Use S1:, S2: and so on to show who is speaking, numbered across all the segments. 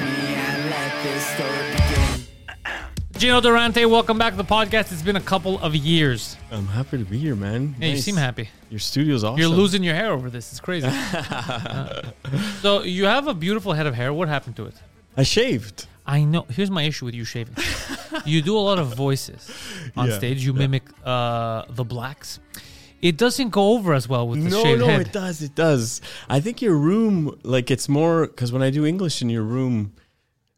S1: me and let this story begin.
S2: Gino Durante, welcome back to the podcast. It's been a couple of years.
S3: I'm happy to be here, man.
S2: Yeah, you
S3: Nice.
S2: seem happy.
S3: Your studio's awesome.
S2: You're losing your hair over this. It's crazy. so you have a beautiful head of hair. What happened to it?
S3: I shaved.
S2: I know. Here's my issue with you shaving. you do a lot of voices on
S3: Yeah,
S2: stage. You mimic uh, the blacks. It doesn't go over as well with the shaved
S3: no,
S2: head.
S3: it does. It does. I think your room, like, it's more because when I do English in your room,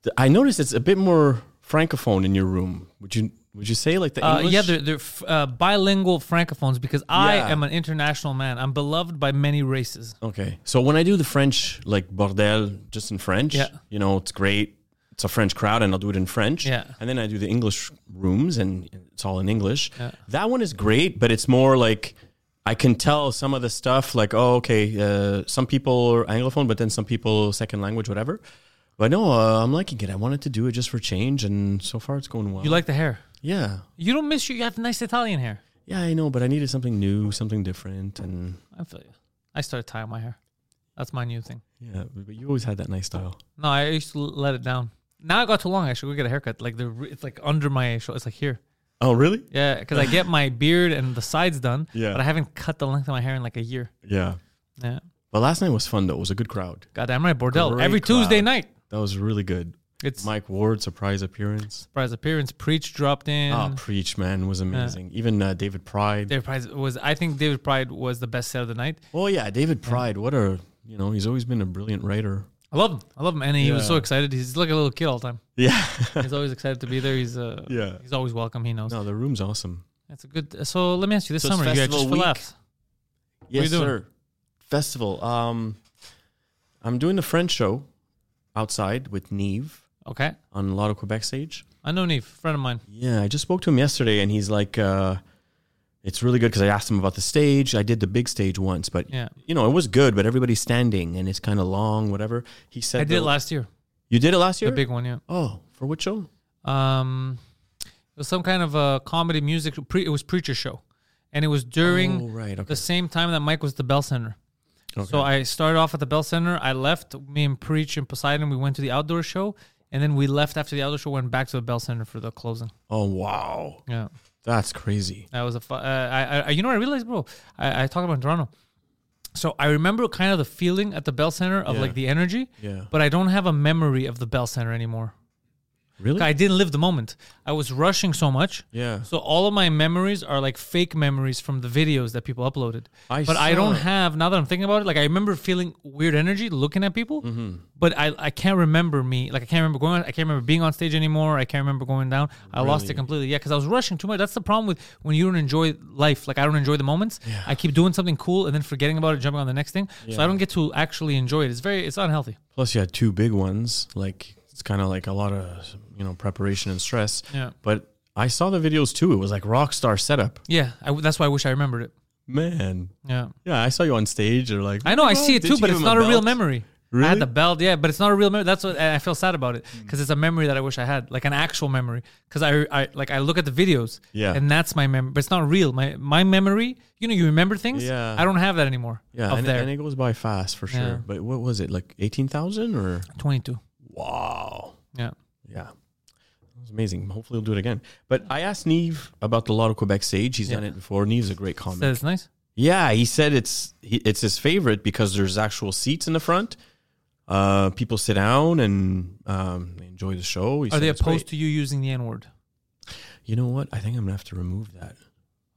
S3: th- I notice it's a bit more francophone in your room. Would you Would you say like the
S2: Uh,
S3: English?
S2: yeah, they're, they're f- uh, bilingual francophones because I
S3: Yeah.
S2: am an international man. I'm beloved by many races.
S3: Okay. So when I do the French, like bordel, just in French,
S2: Yeah.
S3: you know, it's great. It's a French crowd, and I'll do it in French.
S2: Yeah.
S3: And then I do the English rooms, and it's all in English. That one is great, but it's more like I can tell some of the stuff, like, oh, okay, uh, some people are Anglophone, but then some people second language, whatever. But no, uh, I'm liking it. I wanted to do it just for change, and so far it's going well.
S2: You like the hair?
S3: Yeah.
S2: You don't miss you. You have nice Italian hair.
S3: Yeah, I know, but I needed something new, something different, and
S2: I feel you. I started tying my hair. That's my new thing.
S3: yeah. But you always had that nice style.
S2: No, I used to let it down. Now I got too long. I should go get a haircut. Like the re- it's like under my shoulder. It's like here.
S3: Oh, really?
S2: Yeah, because I get my beard and the sides done.
S3: Yeah.
S2: But I haven't cut the length of my hair in like a year.
S3: Yeah.
S2: Yeah.
S3: But last night was fun though. It was a good crowd.
S2: Goddamn right, Bordel.
S3: Great
S2: Every
S3: crowd.
S2: Tuesday night.
S3: That was really good.
S2: It's my
S3: Mike Ward surprise appearance.
S2: surprise appearance. Preach dropped in.
S3: Ah, preach man was amazing. Even uh, David Pride.
S2: David Pride was. I think David Pride was the best set of the night.
S3: oh yeah, David Pride. What a you know he's always been a brilliant writer.
S2: I love him. I love him, and he was
S3: Yeah.
S2: so excited. He's like a little kid all the time.
S3: Yeah.
S2: He's always excited to be there. He's uh,
S3: Yeah.
S2: He's always welcome. He knows.
S3: no, the room's awesome.
S2: That's a good. So let me ask you this
S3: So it's
S2: summer. You had
S3: festival
S2: just for
S3: week?
S2: laughs.
S3: Yes,
S2: you doing?
S3: sir. Festival. Um, I'm doing the French show outside with Neve
S2: Okay.
S3: on Lotto Quebec stage.
S2: I know Neve, friend of mine.
S3: Yeah, I just spoke to him yesterday, and he's like, uh, "It's really good because I asked him about the stage. I did the big stage once, but
S2: Yeah.
S3: you know, it was good. But everybody's standing, and it's kind of long, whatever." He said,
S2: I did it
S3: the-
S2: last year.
S3: You did it last year.
S2: The big one, yeah.
S3: Oh, for which show?
S2: Um, it was some kind of a comedy music. Pre, it was preacher show, and it was during
S3: Oh, right, okay.
S2: the same time that Mike was the Bell Center. So I started off at the Bell Center. I left me and Preach and Poseidon. We went to the outdoor show, and then we left after the outdoor show. Went back to the Bell Center for the closing.
S3: Oh wow,
S2: Yeah,
S3: that's crazy.
S2: that was a. Fu- uh, I, I you know what I realized, bro. I, I talked about Toronto. So I remember kind of the feeling at the Bell Center of
S3: Yeah.
S2: like the energy,
S3: Yeah.
S2: but I don't have a memory of the Bell Center anymore.
S3: Really?
S2: I didn't live the moment. I was rushing so much.
S3: Hmm? Yeah.
S2: So all of my memories are like fake memories from the videos that people uploaded.
S3: I
S2: but I
S3: saw
S2: don't
S3: it.
S2: have now that I'm thinking about it. Like I remember feeling weird energy looking at people,
S3: Mm-hmm.
S2: but I I can't remember me. Like I can't remember going. I can't remember being on stage anymore. I can't remember going down. I lost it completely. Yeah, because I was rushing too much. That's the problem with when you don't enjoy life. Like I don't enjoy the moments. I keep doing something cool and then forgetting about it, jumping on the next thing. So I don't get to actually enjoy it. It's very it's unhealthy.
S3: Plus, you had two big ones. Like it's kind of like a lot of you know preparation and stress.
S2: Yeah.
S3: But I saw the videos too. It was like rock star setup.
S2: Yeah, I, that's why I wish I remembered it.
S3: Man.
S2: Yeah.
S3: Yeah, I saw you on stage. Or like
S2: I know, I
S3: "Oh,
S2: see it
S3: did
S2: too,
S3: you
S2: but
S3: give
S2: it's
S3: him
S2: not a, real
S3: belt?"
S2: memory. I
S3: Really? Hmm.
S2: had the belt, yeah, but it's not a real memory. That's what and I feel sad about it because it's a memory that I wish I had, like an actual memory. Because I, I, like, I look at the videos,
S3: Yeah.
S2: and that's my memory, but it's not real. My, my memory, you know, you remember things.
S3: Yeah.
S2: I don't have that anymore.
S3: Yeah,
S2: up
S3: and,
S2: there,
S3: and it goes by fast for sure.
S2: Yeah.
S3: But what was it like eighteen thousand or
S2: twenty-two.
S3: wow?
S2: Yeah,
S3: Yeah, it was amazing. Hopefully, we'll do it again. But I asked Neve about the Lotto Quebec stage. He's done it before. Neve's a great comic.
S2: so it's nice.
S3: yeah, he said it's he, it's his favorite because there's actual seats in the front. Uh, people sit down and um, they enjoy the show. He
S2: Are
S3: said
S2: they
S3: it's
S2: opposed
S3: great.
S2: to you using the N word?
S3: You know what? I think I'm gonna have to remove that.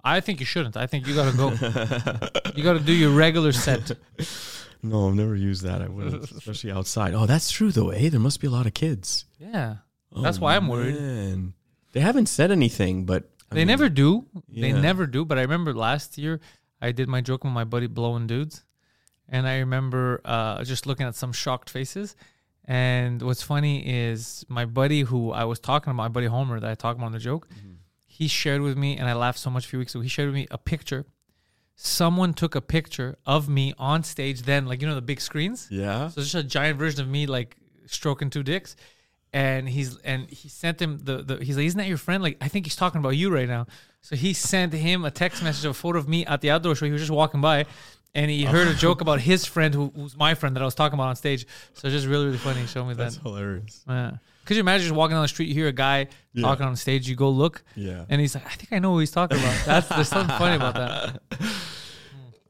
S2: I think you shouldn't. I think you gotta go. you gotta do your regular set.
S3: No, I've never used that. I wouldn't, especially eh? outside. Oh, that's true though. Hey, there must be a lot of kids.
S2: Yeah, that's why I'm worried.
S3: Man. They haven't said anything, but I
S2: They
S3: mean,
S2: never do.
S3: yeah.
S2: They never do. But I remember last year I did my joke with my buddy blowing dudes, and I remember uh, just looking at some shocked faces. And what's funny is my buddy who I was talking about, my buddy Homer that I talked about on the joke,
S3: Mm-hmm.
S2: he shared with me, and I laughed so much a few weeks ago. He shared with me a picture. Someone took a picture of me on stage then, like you know the big screens.
S3: Yeah.
S2: So it's just a giant version of me like stroking two dicks. And he's and he sent him the, the he's like, Isn't that your friend? Like, I think he's talking about you right now. So he sent him a text message of a photo of me at the outdoor show. He was just walking by and he
S3: Oh.
S2: heard a joke about his friend who, who's my friend that I was talking about on stage. So it's just really, really funny. Show me that.
S3: That's hilarious.
S2: Yeah. Could you imagine just walking down the street, you hear a guy talking on stage, you go look,
S3: Yeah.
S2: and he's like, I think I know who he's talking about. That's there's something funny about that.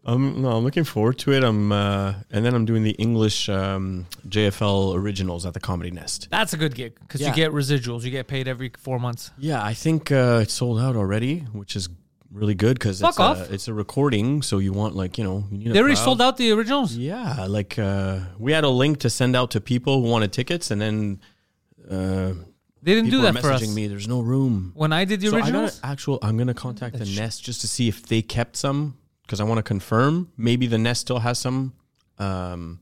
S3: Um, no, I'm looking forward to it. I'm, uh, and then I'm doing the English um, JFL originals at the Comedy Nest.
S2: That's a good gig because
S3: Yeah.
S2: you get residuals, you get paid every four months.
S3: Yeah, I think uh, it's sold out already, which is really good because
S2: Fuck
S3: it's, a-
S2: off.
S3: it's a recording, so you want like you know you need.
S2: They already sold out the originals.
S3: Yeah, like uh, we had a link to send out to people who wanted tickets, and then uh,
S2: They didn't
S3: people
S2: do
S3: were
S2: that for us.
S3: messaging me. There's no room.
S2: When I did the
S3: So I got
S2: originals,
S3: actual. I'm gonna contact the Nest just to see if they kept some because I want to confirm. Maybe the Nest still has some. Um,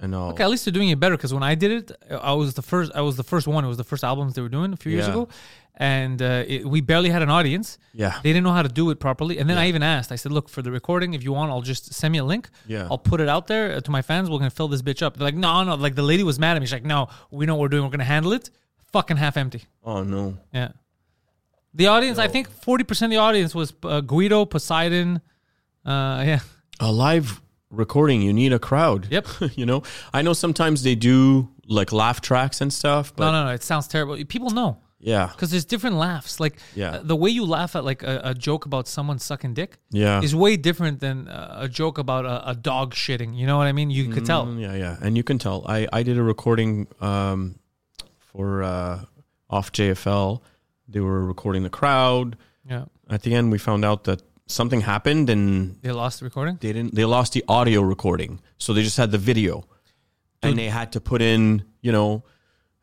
S3: and I'll,
S2: okay, at least they're doing it better because when I did it, I- I was the first. I was the first one. It was the first albums they were doing a few years
S3: Yeah.
S2: ago, and uh, it, we barely had an audience.
S3: Yeah.
S2: they didn't know how to do it properly. And then I even asked. I said, "Look, for the recording, if you want, I'll just send me a link.
S3: Yeah.
S2: I'll put it out there uh, to my fans. We're gonna fill this bitch up." They're like, "No, no." Like the lady was mad at me. She's like, "No, we know what we're doing. We're gonna handle it." Fucking half empty.
S3: oh no.
S2: Yeah. The audience, I think forty percent of the audience was uh, Guido, Poseidon. Uh, yeah.
S3: a live recording you need a crowd
S2: Yep.
S3: you know i know sometimes they do like laugh tracks and stuff but
S2: No, no, no. It sounds terrible. People know.
S3: yeah
S2: because there's different laughs. Like
S3: Yeah.
S2: uh, the way you laugh at like a, a joke about someone sucking dick
S3: yeah
S2: is way different than uh, a joke about a, a dog shitting. You know what I mean? You could tell.
S3: yeah yeah and you can tell i i did a recording um for uh off jfl they were recording the crowd
S2: Yeah,
S3: at the end we found out that something happened and
S2: they lost the recording.
S3: they didn't they lost the audio recording so they just had the video and they had to put in you know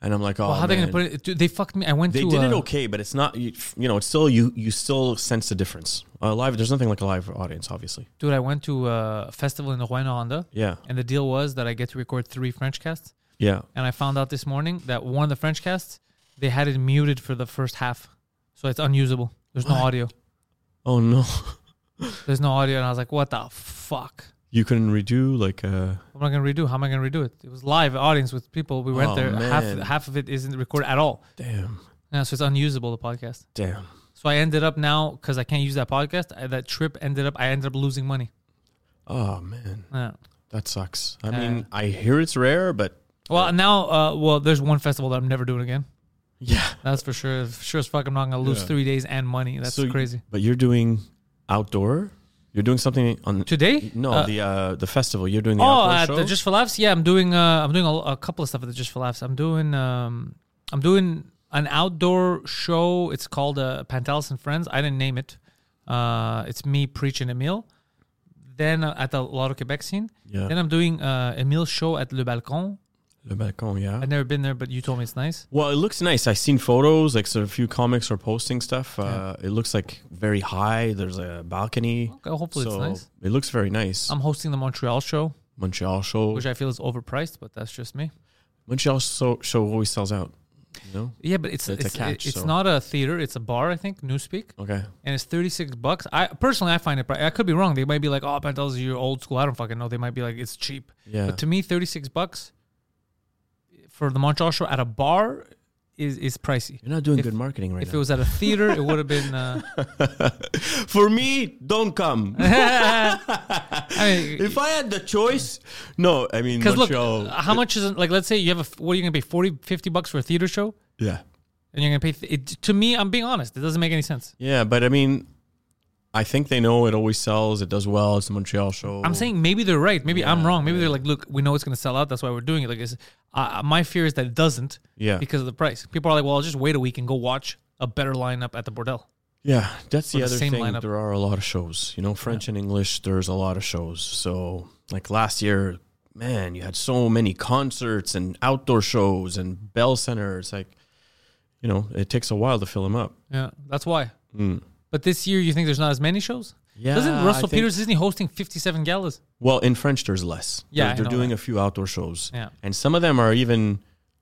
S3: and i'm like oh
S2: well, how are they
S3: man.
S2: gonna put it? Dude, they fucked me. I went
S3: They
S2: to.
S3: did it
S2: uh,
S3: okay, but it's not. You, you know, it's still you. You still sense the difference. Uh, live, there's nothing like a live audience, obviously.
S2: Dude, I went to a festival in Rouen, Honda,
S3: Yeah,
S2: and the deal was that I get to record three French casts.
S3: yeah.
S2: And I found out this morning that one of the French casts they had it muted for the first half, so it's unusable. There's no audio.
S3: Oh no,
S2: There's no audio, and I was like, "What the fuck."
S3: you couldn't redo like. Uh,
S2: What am I gonna redo? How am I gonna redo it? It was live audience with people. We went
S3: Oh,
S2: there.
S3: man.
S2: Half half of it isn't recorded at all.
S3: damn,
S2: Yeah, so it's unusable the podcast.
S3: damn.
S2: So I ended up now because I can't use that podcast. I, that trip ended up. I ended up losing money.
S3: Oh man,
S2: Yeah.
S3: that sucks. I
S2: Uh,
S3: mean, I hear it's rare, but
S2: Well, now, uh, well, there's one festival that I'm never doing again.
S3: yeah,
S2: That's for sure. Sure as fuck, I'm not gonna lose
S3: Yeah.
S2: three days and money. That's
S3: So you-
S2: crazy.
S3: But you're doing outdoor. You're doing something on
S2: Today?
S3: No,
S2: Uh,
S3: the uh, the festival. You're doing the
S2: Oh,
S3: outdoor
S2: at
S3: show.
S2: the Just for Laughs. Yeah, I'm doing. Uh, I'm doing a, a couple of stuff at the Just for Laughs. I'm doing. Um, I'm doing an outdoor show. It's called uh, Pantelis and Friends. I didn't name it. Uh, it's me preaching Emile. Then uh, at the Lotto Quebec scene.
S3: Yeah.
S2: Then I'm doing uh, Emile's show at Le Balcon.
S3: Le Balcon, yeah.
S2: I've never been there, but you told me it's nice.
S3: Well, it looks nice. I've seen photos, like so a few comics are posting stuff. Uh, It looks like very high. There's a balcony.
S2: Okay, hopefully it's nice. Um,
S3: It looks very nice.
S2: I'm hosting the Montreal show,
S3: Montreal show.
S2: which I feel is overpriced, but that's just me.
S3: Montreal show, show always sells out. You know?
S2: Yeah, but it's
S3: It's
S2: it's,
S3: a catch,
S2: it's
S3: so-
S2: not a theater. It's a bar, I think. Newspeak.
S3: Okay.
S2: and it's 36 bucks. I personally I find it pri- I could be wrong. They might be like, "Oh, Pantelis is your old school." I don't fucking know. They might be like, "It's cheap."
S3: Yeah.
S2: But to me, 36 bucks for the Montreal show at a bar is is pricey.
S3: You're not doing
S2: If-
S3: good marketing right
S2: If it
S3: now.
S2: was at a theater, it would have been uh,
S3: For me, don't come.
S2: I mean,
S3: if I had the choice, no. I mean,
S2: cuz look, uh,
S3: Montreal.
S2: how much is it, like let's say you have a f- what are you going to pay 40 50 bucks for a theater show
S3: yeah.
S2: and you're going to pay th- it, to me, I'm being honest, it doesn't make any sense.
S3: Yeah, but I mean, I think they know it always sells. It does well. It's the Montreal show.
S2: I'm saying maybe they're right. Maybe I'm wrong. Maybe they're like, look, we know it's going to sell out. That's why we're doing it. Like, it's, uh, my fear is that it doesn't.
S3: Yeah.
S2: Because of the price. People are like, well, I'll just wait a week and go watch a better lineup at the Bordel.
S3: Yeah, that's the
S2: the
S3: other
S2: same
S3: thing.
S2: lineup.
S3: There are a lot of shows, you know, French and English. There's a lot of shows. So, like last year, man, you had so many concerts and outdoor shows and Bell Center. It's like, you you know, it takes a while to fill them up.
S2: Yeah, that's why. But this year, you think there's not as many shows?
S3: Hmm. Yeah,
S2: Doesn't Russell
S3: I think-
S2: Peters isn't he hosting 57 galas?
S3: Well, in French, there's less.
S2: Yeah, I
S3: they're, they're
S2: know
S3: doing
S2: that.
S3: a few outdoor shows,
S2: Yeah.
S3: and some of them are even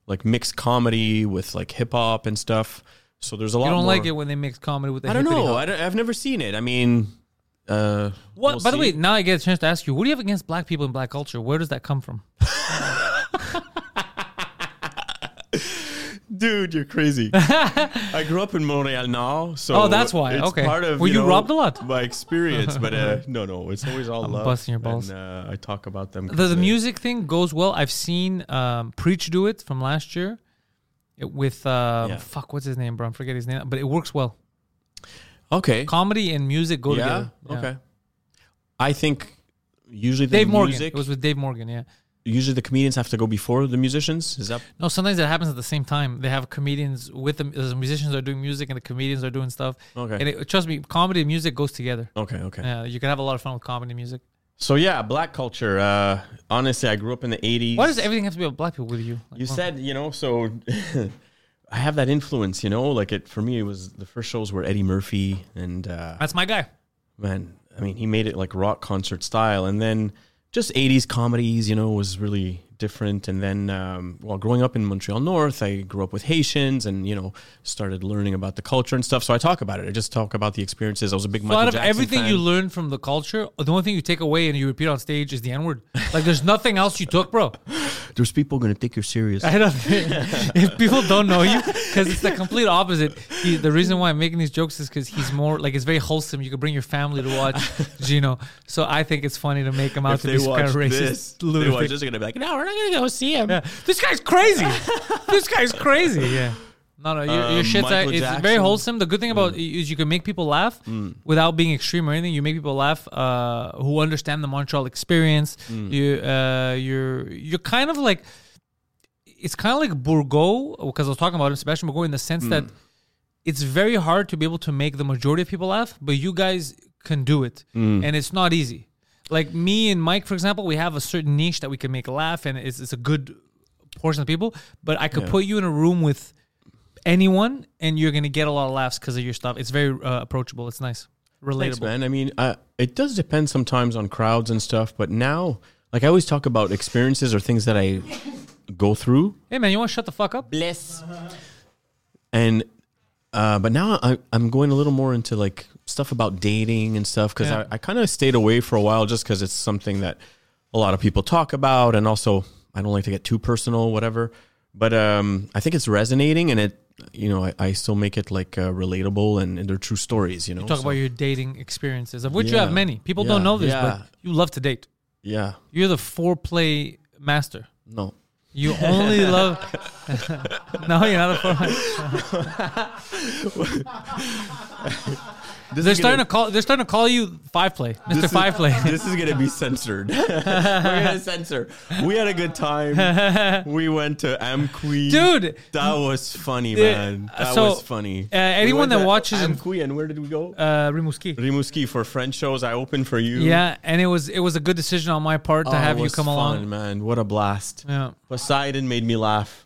S3: like mixed comedy with like hip hop and stuff. So there's a lot.
S2: You don't
S3: more-
S2: like it when they mix comedy with the
S3: I don't
S2: hippity
S3: know.
S2: hop.
S3: I don't, I've never seen it. I mean, uh,
S2: What?
S3: we'll
S2: by the
S3: see.
S2: way, now I get a chance to ask you: What do you have against black people and black culture? Where does that come from?
S3: dude, you're crazy. I grew up in Montreal now, so
S2: Oh, that's why.
S3: it's
S2: Okay.
S3: part of
S2: Were you
S3: know,
S2: robbed a lot?
S3: My experience, but uh, no, no, it's always all love.
S2: busting your balls.
S3: And, uh, I talk about them.
S2: the,
S3: 'cause,
S2: the
S3: uh,
S2: music thing goes well. I've seen um, Preach do it from last year it, with um,
S3: Yeah.
S2: fuck, what's his name, bro? I forget his name, but it works well.
S3: Okay.
S2: Comedy and music go
S3: yeah.
S2: together. Yeah.
S3: Okay. I think usually the
S2: Dave Morgan.
S3: music.
S2: It was with Dave Morgan. Yeah.
S3: usually the comedians have to go before the musicians. Is that
S2: No, sometimes it happens at the same time. They have comedians with them. The musicians are doing music and the comedians are doing stuff.
S3: Okay.
S2: And it, trust me, comedy and music goes together.
S3: okay? Okay.
S2: Yeah, you can have a lot of fun with comedy and music.
S3: So yeah, black culture. Uh, honestly, I grew up in the '80s.
S2: Why does everything have to be about black people with you? Like,
S3: You
S2: well,
S3: said you know, so I have that influence. You know, like it for me. It was the first shows were Eddie Murphy and uh,
S2: that's my guy.
S3: man, I mean, he made it like rock concert style, and then just '80s comedies. You know, was really different. And then, um, well, growing up in Montreal North, I grew up with Haitians, and you know, started learning about the culture and stuff. So I talk about it. I just talk about the experiences. I was a big
S2: So
S3: Michael
S2: out of
S3: Jackson
S2: everything you
S3: fan.
S2: learn from the culture, the only thing you take away and you repeat on stage is the N word. Like there's nothing else you took, bro.
S3: there's people gonna take you serious.
S2: I don't think, if people don't know you, because it's the complete opposite. He, the reason why I'm making these jokes is because he's more like it's very wholesome. You could bring your family to watch Gino. So I think it's funny to make him out
S3: if
S2: to
S3: they
S2: be
S3: watch
S2: kind of racist.
S3: this, they
S2: lunatic.
S3: watch this, they're gonna be like, "No, we're not gonna go see him."
S2: Yeah. This guy's crazy. this guy's crazy. Yeah. No, no, your, your
S3: Um,
S2: shit's
S3: Michael
S2: uh, it's very
S3: Jackson. Mm.
S2: wholesome. The good thing about it is you can make people laugh without being extreme or anything. You make people laugh uh, who understand the Montreal experience.
S3: Mm.
S2: You, uh, you're, you're kind of like, it's kind of like Bourgeois because I was talking about him, Sebastian Bourgeois, in the sense
S3: Mm.
S2: that it's very hard to be able to make the majority of people laugh, but you guys can do it,
S3: Mm.
S2: and it's not easy. Like me and Mike, for example, we have a certain niche that we can make laugh, and it's, it's a good portion of people. But I could put you in a room with anyone, and you're gonna get a lot of laughs because of your stuff. It's very uh, approachable. It's nice, relatable.
S3: Thanks, man. I mean, uh, it does depend sometimes on crowds and stuff, but now, like, I always talk about experiences or things that I go through,
S2: Hey, man, you want to shut the fuck up?
S3: and uh, but now I, I'm going a little more into like stuff about dating and stuff because
S2: Yeah.
S3: I, I kind of stayed away for a while just because it's something that a lot of people talk about, and also I don't like to get too personal, whatever. But um, I think it's resonating, and it, you know, I, I still make it like uh, relatable, and, and they're true stories, you know.
S2: Talk
S3: so-
S2: about your dating experiences, of which you
S3: Yeah.
S2: have many. People
S3: Yeah.
S2: don't know this,
S3: Yeah.
S2: but you love to date.
S3: yeah,
S2: You're the foreplay master.
S3: no.
S2: You only love. no, you're not a foreplay. they're starting to call. They're starting to call you five play, Mister
S3: This is-
S2: Five Play.
S3: this is gonna be censored. We're gonna censor. We had a good time. We went to Amqui,
S2: Dude.
S3: That was funny,
S2: Yeah,
S3: man. That
S2: so,
S3: was funny.
S2: uh, anyone
S3: went
S2: that
S3: to
S2: watches in-
S3: Amqui, and where did we go?
S2: Uh, Rimouski.
S3: Rimouski for French shows. I opened for you.
S2: Yeah, and it was it was a good decision on my part
S3: Oh,
S2: to have
S3: it
S2: you
S3: was
S2: come
S3: fun,
S2: along.
S3: man. What a blast.
S2: Yeah,
S3: Poseidon made me laugh.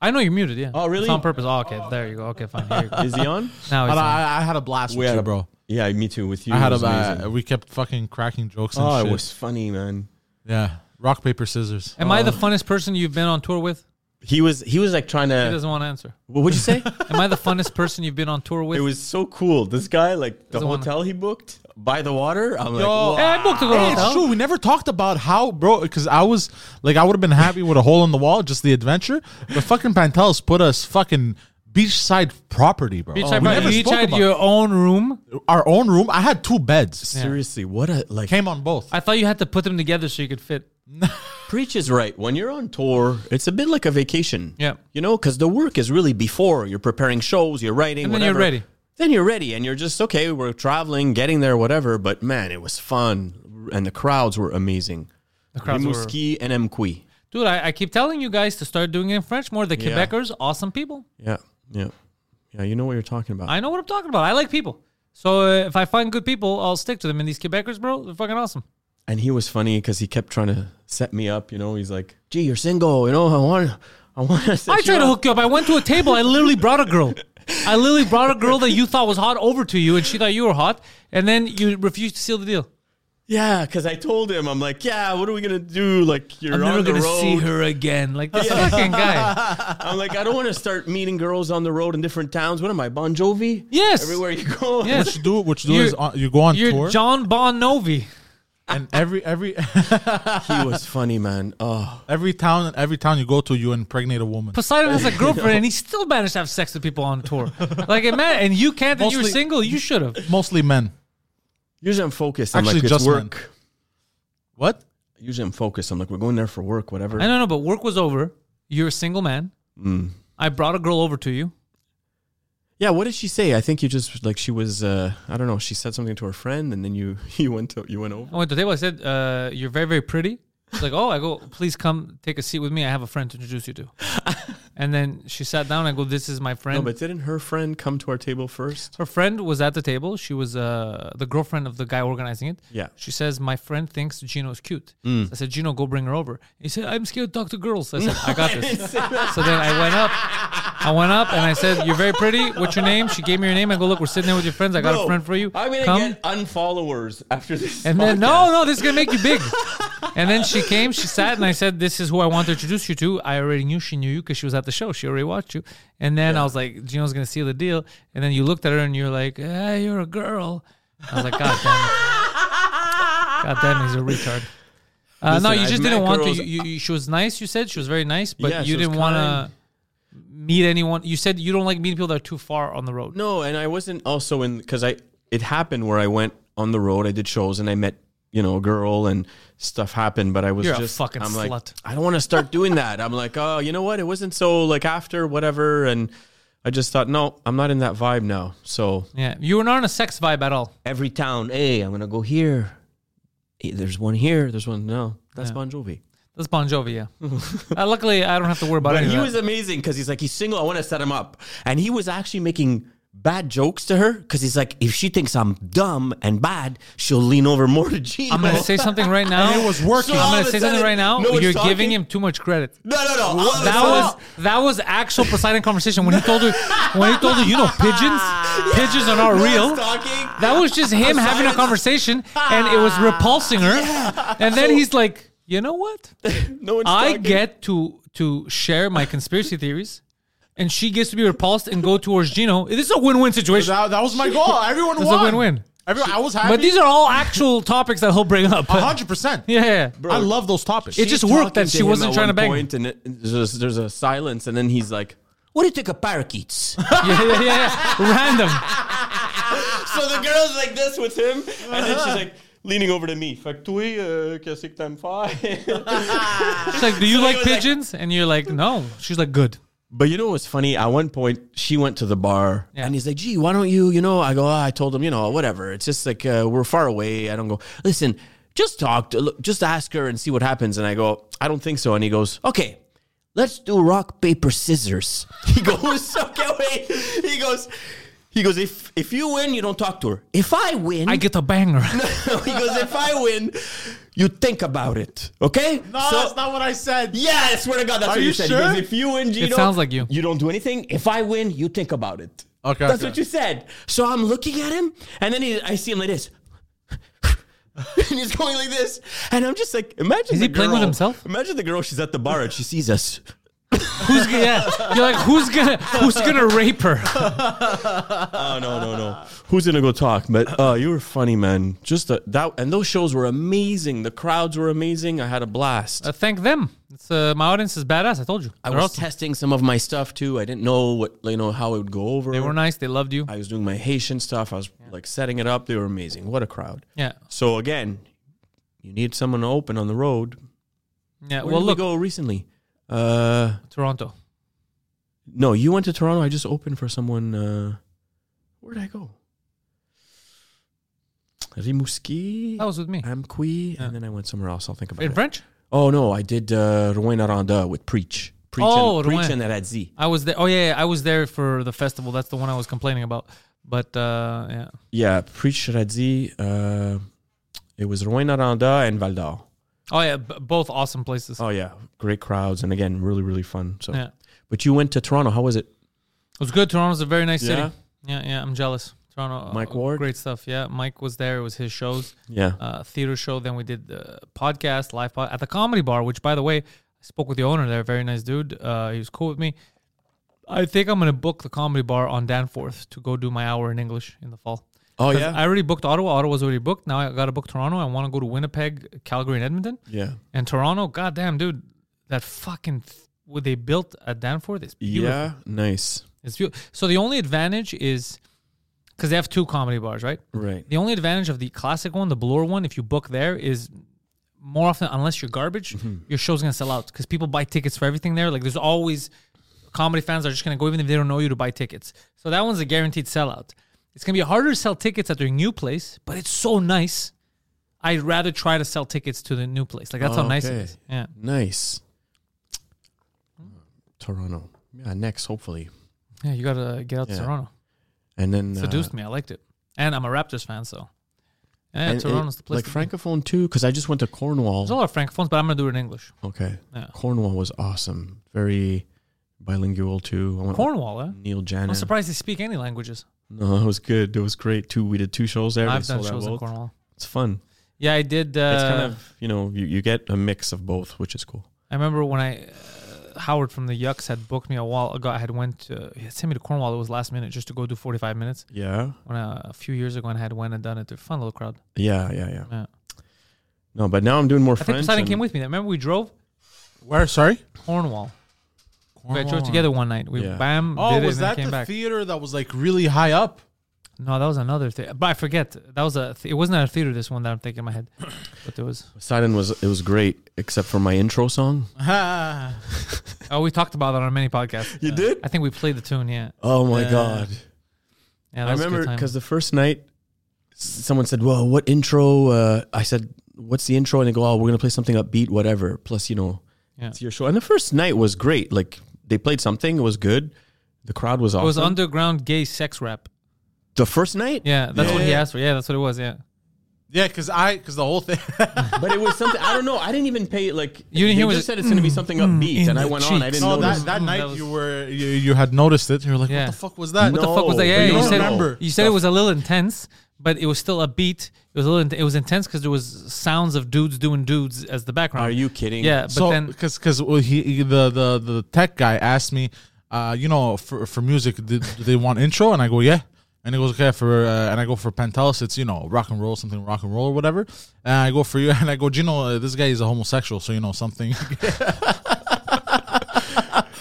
S2: I know you're muted. Yeah.
S3: Oh, really?
S2: It's on purpose. Oh, okay. There you go. Okay, fine. Here you go.
S3: Is he on?
S2: Now he's on.
S4: But I, I had a blast
S3: We
S4: with
S3: had
S4: you,
S3: a-
S4: bro.
S3: yeah, me too. With you,
S4: I had
S3: it
S4: a
S3: was amazing.
S4: uh, we kept fucking cracking jokes and
S3: oh,
S4: shit.
S3: it was funny, man.
S4: yeah, rock paper scissors. Oh.
S2: Am
S3: Oh.
S2: I the funnest person you've been on tour with?
S3: He was he was like trying
S2: He
S3: to.
S2: doesn't want to answer.
S3: What would you say?
S2: Am I the funnest person you've been on tour with?
S3: It was so cool. This guy, like the
S2: Doesn't wanna-
S3: hotel he booked by the water. I'm like,
S4: Yo.
S3: "Whoa."
S2: Oh, Hey, I booked a
S4: Hey,
S2: girl.
S4: it's
S2: hotel.
S4: true. We never talked about how, bro, because I was like, I would have been happy with a hole in the wall, just the adventure. But fucking Pantelis put us fucking beachside property, bro.
S3: Oh,
S4: Oh,
S2: Beachside
S4: we
S2: Bar-
S4: never
S2: you each
S4: spoke
S2: had
S4: about
S2: your own room.
S4: our own room. I had two beds.
S3: seriously, what a like.
S4: Came on both.
S2: I thought you had to put them together so you could fit.
S3: Preach is right. When you're on tour, it's a bit like a vacation.
S2: Yeah.
S3: you know, because the work is really before you're preparing shows, you're writing,
S2: And then you're
S3: whatever.
S2: ready.
S3: Then you're ready, and you're just okay. We're traveling, getting there, whatever. But man, it was fun, and the crowds were amazing. The
S2: crowds were-
S3: and Mqui.
S2: Dude, I, I keep telling you guys to start doing it in French more. The
S3: Yeah.
S2: Quebecers, awesome people.
S3: Yeah, yeah, yeah. You know what you're talking about.
S2: I know what I'm talking about. I like people. So uh, if I find good people, I'll stick to them. And these Quebecers, bro, they're fucking awesome.
S3: and he was funny because he kept trying to set me up. You know, he's like, "Gee, you're single. You know, I want, I want to. set
S2: I
S3: you
S2: tried to
S3: up.
S2: hook you up. I went to a table. I literally brought a girl. I literally brought a girl that you thought was hot over to you, and she thought you were hot, and then you refused to seal the deal.
S3: Yeah, because I told him, I'm like, yeah, what are we gonna do? Like, you're
S2: I'm never
S3: on the
S2: gonna
S3: road.
S2: see her again. Like this fucking guy.
S3: I'm like, I don't want to start meeting girls on the road in different towns. What am I, Bon Jovi?
S2: Yes.
S3: Everywhere you go.
S2: Yes.
S4: What you do, what you do
S2: You're-
S4: is on, you go on
S2: You're
S4: tour
S2: John Bon Novi.
S4: and every every
S3: he was funny, man. Oh,
S4: every town and every town you go to, you impregnate a woman.
S2: Poseidon has a girlfriend, and he still managed to have sex with people on tour. Like, and man, and you can't. And you were
S4: Mostly-
S2: single. You should have.
S4: Mostly men.
S3: usually I'm focused. I'm
S4: Actually,
S3: like,
S4: just
S3: it's work.
S4: What?
S3: Usually I'm focused. I'm like, we're going there for work, whatever.
S2: I don't know, but work was over. You're a single man.
S3: Mm.
S2: I brought a girl over to you.
S3: Yeah, what did she say? I think you just like she was. uh I don't know. She said something to her friend, and then you you went to you went over.
S2: I went to the table. I said, uh, "You're very, very pretty." She's like, "Oh," I go, "Please come take a seat with me. I have a friend to introduce you to." and then she sat down. I go, "This is my friend."
S3: No, but didn't her friend come to our table first?
S2: Her friend was at the table. She was uh, the girlfriend of the guy organizing it.
S3: Yeah.
S2: She says, My friend thinks Gino is cute. I said, Gino, go bring her over. He said, I'm scared to talk to girls. I said, I got this. so then I went up. I went up and I said, You're very pretty. What's your name? She gave me her name. I go, Look, we're sitting there with your friends. I got a friend for you.
S3: I'm gonna
S2: Come.
S3: get unfollowers after this.
S2: And then no, no, this is gonna make you big. and then she came, she sat, and I said, "This is who I want to introduce you to." I already knew she knew you because she was at the show. She already watched you. And then I was like, "Gino's gonna seal the deal." And then you looked at her and you're like, "Ah, "You're a girl." I was like, "God damn it! God damn, it, he's a retard." Uh, no,
S3: Listen,
S2: you
S3: I've
S2: just
S3: met
S2: didn't want to.
S3: girls-
S2: You, you- you- she was nice. You said she was very nice, but
S3: Yeah, she
S2: you
S3: was
S2: didn't want to meet anyone. You said you don't like meeting people that are too far on the road.
S3: No, and I wasn't also in because I it happened where I went on the road. I did shows and I met you know a girl and stuff happened, but I was
S2: You're a
S3: just
S2: fucking
S3: I'm like
S2: slut.
S3: I don't want to start doing that. I'm like oh you know what it wasn't so like after whatever and. I just thought, no, I'm not in that vibe now. So
S2: Yeah, you were not on a sex vibe at all.
S3: every town, hey, I'm gonna go here. Hey, there's one here. There's one. No, that's Bon Jovi.
S2: That's Bon Jovi. Yeah. uh, luckily, I don't have to worry about
S3: But
S2: it.
S3: he was amazing because he's like, he's single. I want to set him up. And he was actually making bad jokes to her because he's like, if she thinks I'm dumb and bad, she'll lean over more to Gino.
S2: I'm gonna say something right now.
S4: And it was working.
S2: I'm
S3: all
S2: gonna
S3: of a
S2: say something
S3: sudden,
S2: right now.
S3: no one's
S2: You're
S3: talking.
S2: giving him too much credit.
S3: No, no, no. all of a
S2: That
S3: sudden-
S2: was that was actual Poseidon conversation when he told her when he told her you know pigeons pigeons are not
S3: No
S2: real.
S3: one's talking.
S2: That was just him having a
S3: Poseidon's-
S2: conversation and it was repulsing her. And then he's like, you know what?
S3: No one's
S2: I
S3: talking.
S2: get to to share my conspiracy theories, and she gets to be repulsed and go towards Gino. This is a win-win situation.
S4: That, that was my goal. Everyone
S2: It's a
S4: won.
S2: win-win.
S4: Everyone, I was happy.
S2: But these are all actual topics that he'll bring up.
S4: hundred percent.
S2: Yeah, yeah.
S4: I love those topics.
S2: It just worked
S3: talking
S2: that
S3: to
S2: she
S3: him
S2: wasn't
S3: at
S2: trying to
S3: one
S2: bang.
S3: point And it, there's, there's a silence. And then he's like, what do you think of parakeets?
S2: yeah, yeah, yeah. Random.
S3: so the girl's like this with him, and then she's like leaning over to me. Fait que toi, euh, qu'est-ce que t'aimes faire?
S2: She's like, "Do you
S3: So he
S2: like
S3: was like-
S2: pigeons?" and you're like, "No." She's like, "Good."
S3: but you know what's funny? At one point, she went to the bar,
S2: Yeah.
S3: and he's like, "Gee, why don't you?" You know, I go, "Ah, "I told him, you know, whatever. It's just like uh, we're far away." I don't go. Listen, just talk. To, look, just ask her and see what happens. And I go, "I don't think so." And he goes, "Okay." Let's do rock paper scissors. He goes, okay, wait. He goes, he goes. If if you win, you don't talk to her. If I win,
S2: I get a banger.
S3: he goes, if I win, you think about it. Okay?
S4: no, that's not what I said.
S3: yeah, I swear to God, that's
S4: Are
S3: what you
S4: you
S3: said.
S4: sure?
S3: He goes, if you win, Gino,
S2: sounds like you.
S3: You don't do anything. If I win, you think about it.
S4: Okay,
S3: That's
S4: okay.
S3: what you said. So I'm looking at him, and then he, I see him like this. and he's going like this. And I'm just like, imagine
S2: Is
S3: the
S2: he playing with
S3: girl-
S2: himself?
S3: Imagine the girl, she's at the bar and she sees us.
S2: who's gonna? Yeah. You're like, "Who's gonna? Who's gonna rape her?"
S3: Oh no no no! Who's gonna go talk? But uh, you were funny, man. Just the, that, and those shows were amazing. The crowds were amazing. I had a blast.
S2: Uh, thank them. It's, uh, my audience is badass. I told you.
S3: I
S2: They're
S3: was
S2: awesome.
S3: testing some of my stuff too. I didn't know what you know how it would go over.
S2: They were nice. They loved you.
S3: I was doing my Haitian stuff. I was like setting it up. They were amazing. What a crowd!
S2: Yeah.
S3: So again, you need someone to open on the road.
S2: Yeah.
S3: Where
S2: well,
S3: did
S2: look,
S3: we go recently. Uh,
S2: Toronto.
S3: no, you went to Toronto. I just opened for someone. Uh, where did I go? Rimouski,
S2: That was with me.
S3: Amqui,
S2: Yeah.
S3: and then I went somewhere else. I'll think about
S2: In
S3: it.
S2: French,
S3: Oh no, I did uh, Rouen Aranda with Preach, Preach,
S2: Oh,
S3: and, Preach
S2: Rouen.
S3: and Radzi.
S2: I was there. Oh yeah, yeah, I was there for the festival. That's the one I was complaining about. But uh, yeah,
S3: Yeah, Preach Radzi. Uh, it was Rouen Aranda and Val d'Or.
S2: oh yeah, b- both awesome places.
S3: Oh yeah, great crowds and again, really really fun. So
S2: Yeah.
S3: But you went to Toronto. How was it?
S2: It was good. Toronto's a very nice
S3: Yeah?
S2: city. Yeah, yeah. I'm jealous. Toronto. uh,
S3: Mike Ward?
S2: Great stuff. Yeah, Mike was there. It was his shows,
S3: Yeah.
S2: uh, theater show. Then we did the podcast, live pod at the comedy bar, which, by the way, I spoke with the owner there. Very nice dude. Uh, he was cool with me. I think I'm going to book the comedy bar on Danforth to go do my hour in English in the fall.
S3: oh
S2: 'Cause
S3: yeah.
S2: I already booked Ottawa. Ottawa's already booked. Now I got to book Toronto. I want to go to Winnipeg, Calgary, and Edmonton.
S3: yeah.
S2: And Toronto, goddamn, dude, that fucking th- what they built at Danforth is beautiful.
S3: Yeah. Nice.
S2: It's beautiful. So the only advantage is because they have two comedy bars, right?
S3: Right.
S2: The only advantage of the classic one, the Bloor one, if you book there, is more often, unless you're garbage,
S3: Mm-hmm.
S2: your show's gonna sell out because people buy tickets for everything there. Like there's always comedy fans are just gonna go even if they don't know you to buy tickets. So that one's a guaranteed sellout. It's gonna be harder to sell tickets at their new place, but it's so nice. I'd rather try to sell tickets to the new place. Like that's how nice it
S3: Okay.
S2: is. Yeah.
S3: Nice. Toronto. Yeah. Next, hopefully.
S2: Yeah, you gotta get out
S3: Yeah.
S2: to Toronto.
S3: And then uh,
S2: Seduced me. I liked it. And I'm a Raptors fan, so. Yeah,
S3: and it-
S2: Toronto's the place.
S3: Like
S2: to be.
S3: francophone too, because I just went to
S2: There's a
S3: Cornwall.
S2: lot of francophones, but I'm gonna do it in English.
S3: Okay.
S2: Yeah.
S3: Cornwall was awesome. Very bilingual too. I went with
S2: Cornwall, eh?
S3: Neil Janet.
S2: I'm surprised they speak any languages.
S3: No, it was good. It was great. Two we did two shows there.
S2: I've
S3: They
S2: done
S3: sold out
S2: shows in
S3: both.
S2: Cornwall.
S3: It's fun.
S2: Yeah, I did. Uh,
S3: it's kind of you know you, you get a mix of both, which is cool.
S2: I remember when I uh, Howard from the Yucks had booked me a while ago. I had went to, he had sent me to Cornwall. It was last minute just to go do 45 minutes.
S3: Yeah.
S2: When uh, a few years ago, and I had went and done it. They're a fun little crowd.
S3: Yeah. Yeah. Yeah.
S2: Yeah.
S3: No, but now I'm doing more
S2: I think
S3: French.
S2: Poseidon
S3: and-
S2: came with me. Remember we drove
S4: Where? Sorry.
S2: Cornwall. We drove together one night. We
S3: Yeah.
S2: bam
S4: Oh,
S2: did it
S4: was
S2: and then
S4: that
S2: came
S4: the
S2: back.
S4: theater that was like really high up?
S2: No, that was another thing. But I forget. That was a. Th- it wasn't a theater. This one that I'm thinking in my head, but there was.
S3: Poseidon was it was great, except for my intro song.
S2: Oh, we talked about that on many podcasts.
S3: You did?
S2: I think we played the tune. Yeah.
S3: Oh my
S4: Yeah.
S3: god!
S2: Yeah. That
S3: I
S2: was a good
S3: remember
S2: time.
S3: because the first night, s- someone said, "Well, what intro?" Uh, I said, "What's the intro?" And they go, "Oh, we're gonna play something upbeat, whatever." Plus, you know,
S2: Yeah.
S3: it's your show. And the first night was great. Like they played something, it was good. The crowd was awesome.
S2: it was underground gay sex rap.
S3: the first night,
S2: Yeah, that's what he
S4: Yeah.
S2: asked for. Yeah, that's what it was. Yeah.
S4: Yeah, because I because the whole thing.
S3: but it was something I don't know. I didn't even pay like
S2: You didn't
S3: they
S2: hear what
S3: just
S2: it-
S3: said it's gonna
S4: Mm.
S3: be something upbeat,
S2: in
S3: and I
S2: the
S3: went on. I
S2: cheeks.
S3: didn't
S4: no,
S3: know
S4: that,
S3: notice.
S4: Oh, that
S2: Mm,
S4: night
S2: that was-
S4: you were you, you had noticed it. You were like,
S2: Yeah.
S4: what the fuck was that?
S2: What the fuck was that?
S3: No, but
S2: Yeah,
S3: you
S2: you
S3: don't
S2: said
S4: remember.
S2: you said it was a little intense, but it was still a beat. It was a little. int- It was intense because there was sounds of dudes doing dudes as the background.
S3: Are you kidding?
S2: Yeah, but
S4: so
S2: then
S4: because because he he- the, the the tech guy asked me, uh, you know, for for music, do, do they want intro? And I go, yeah. And he goes, okay, for uh, and I go for Pantelis, it's you know rock and roll, something rock and roll or whatever. And I go for you, and I go, "Do you know, uh, this guy is a homosexual, so you know something.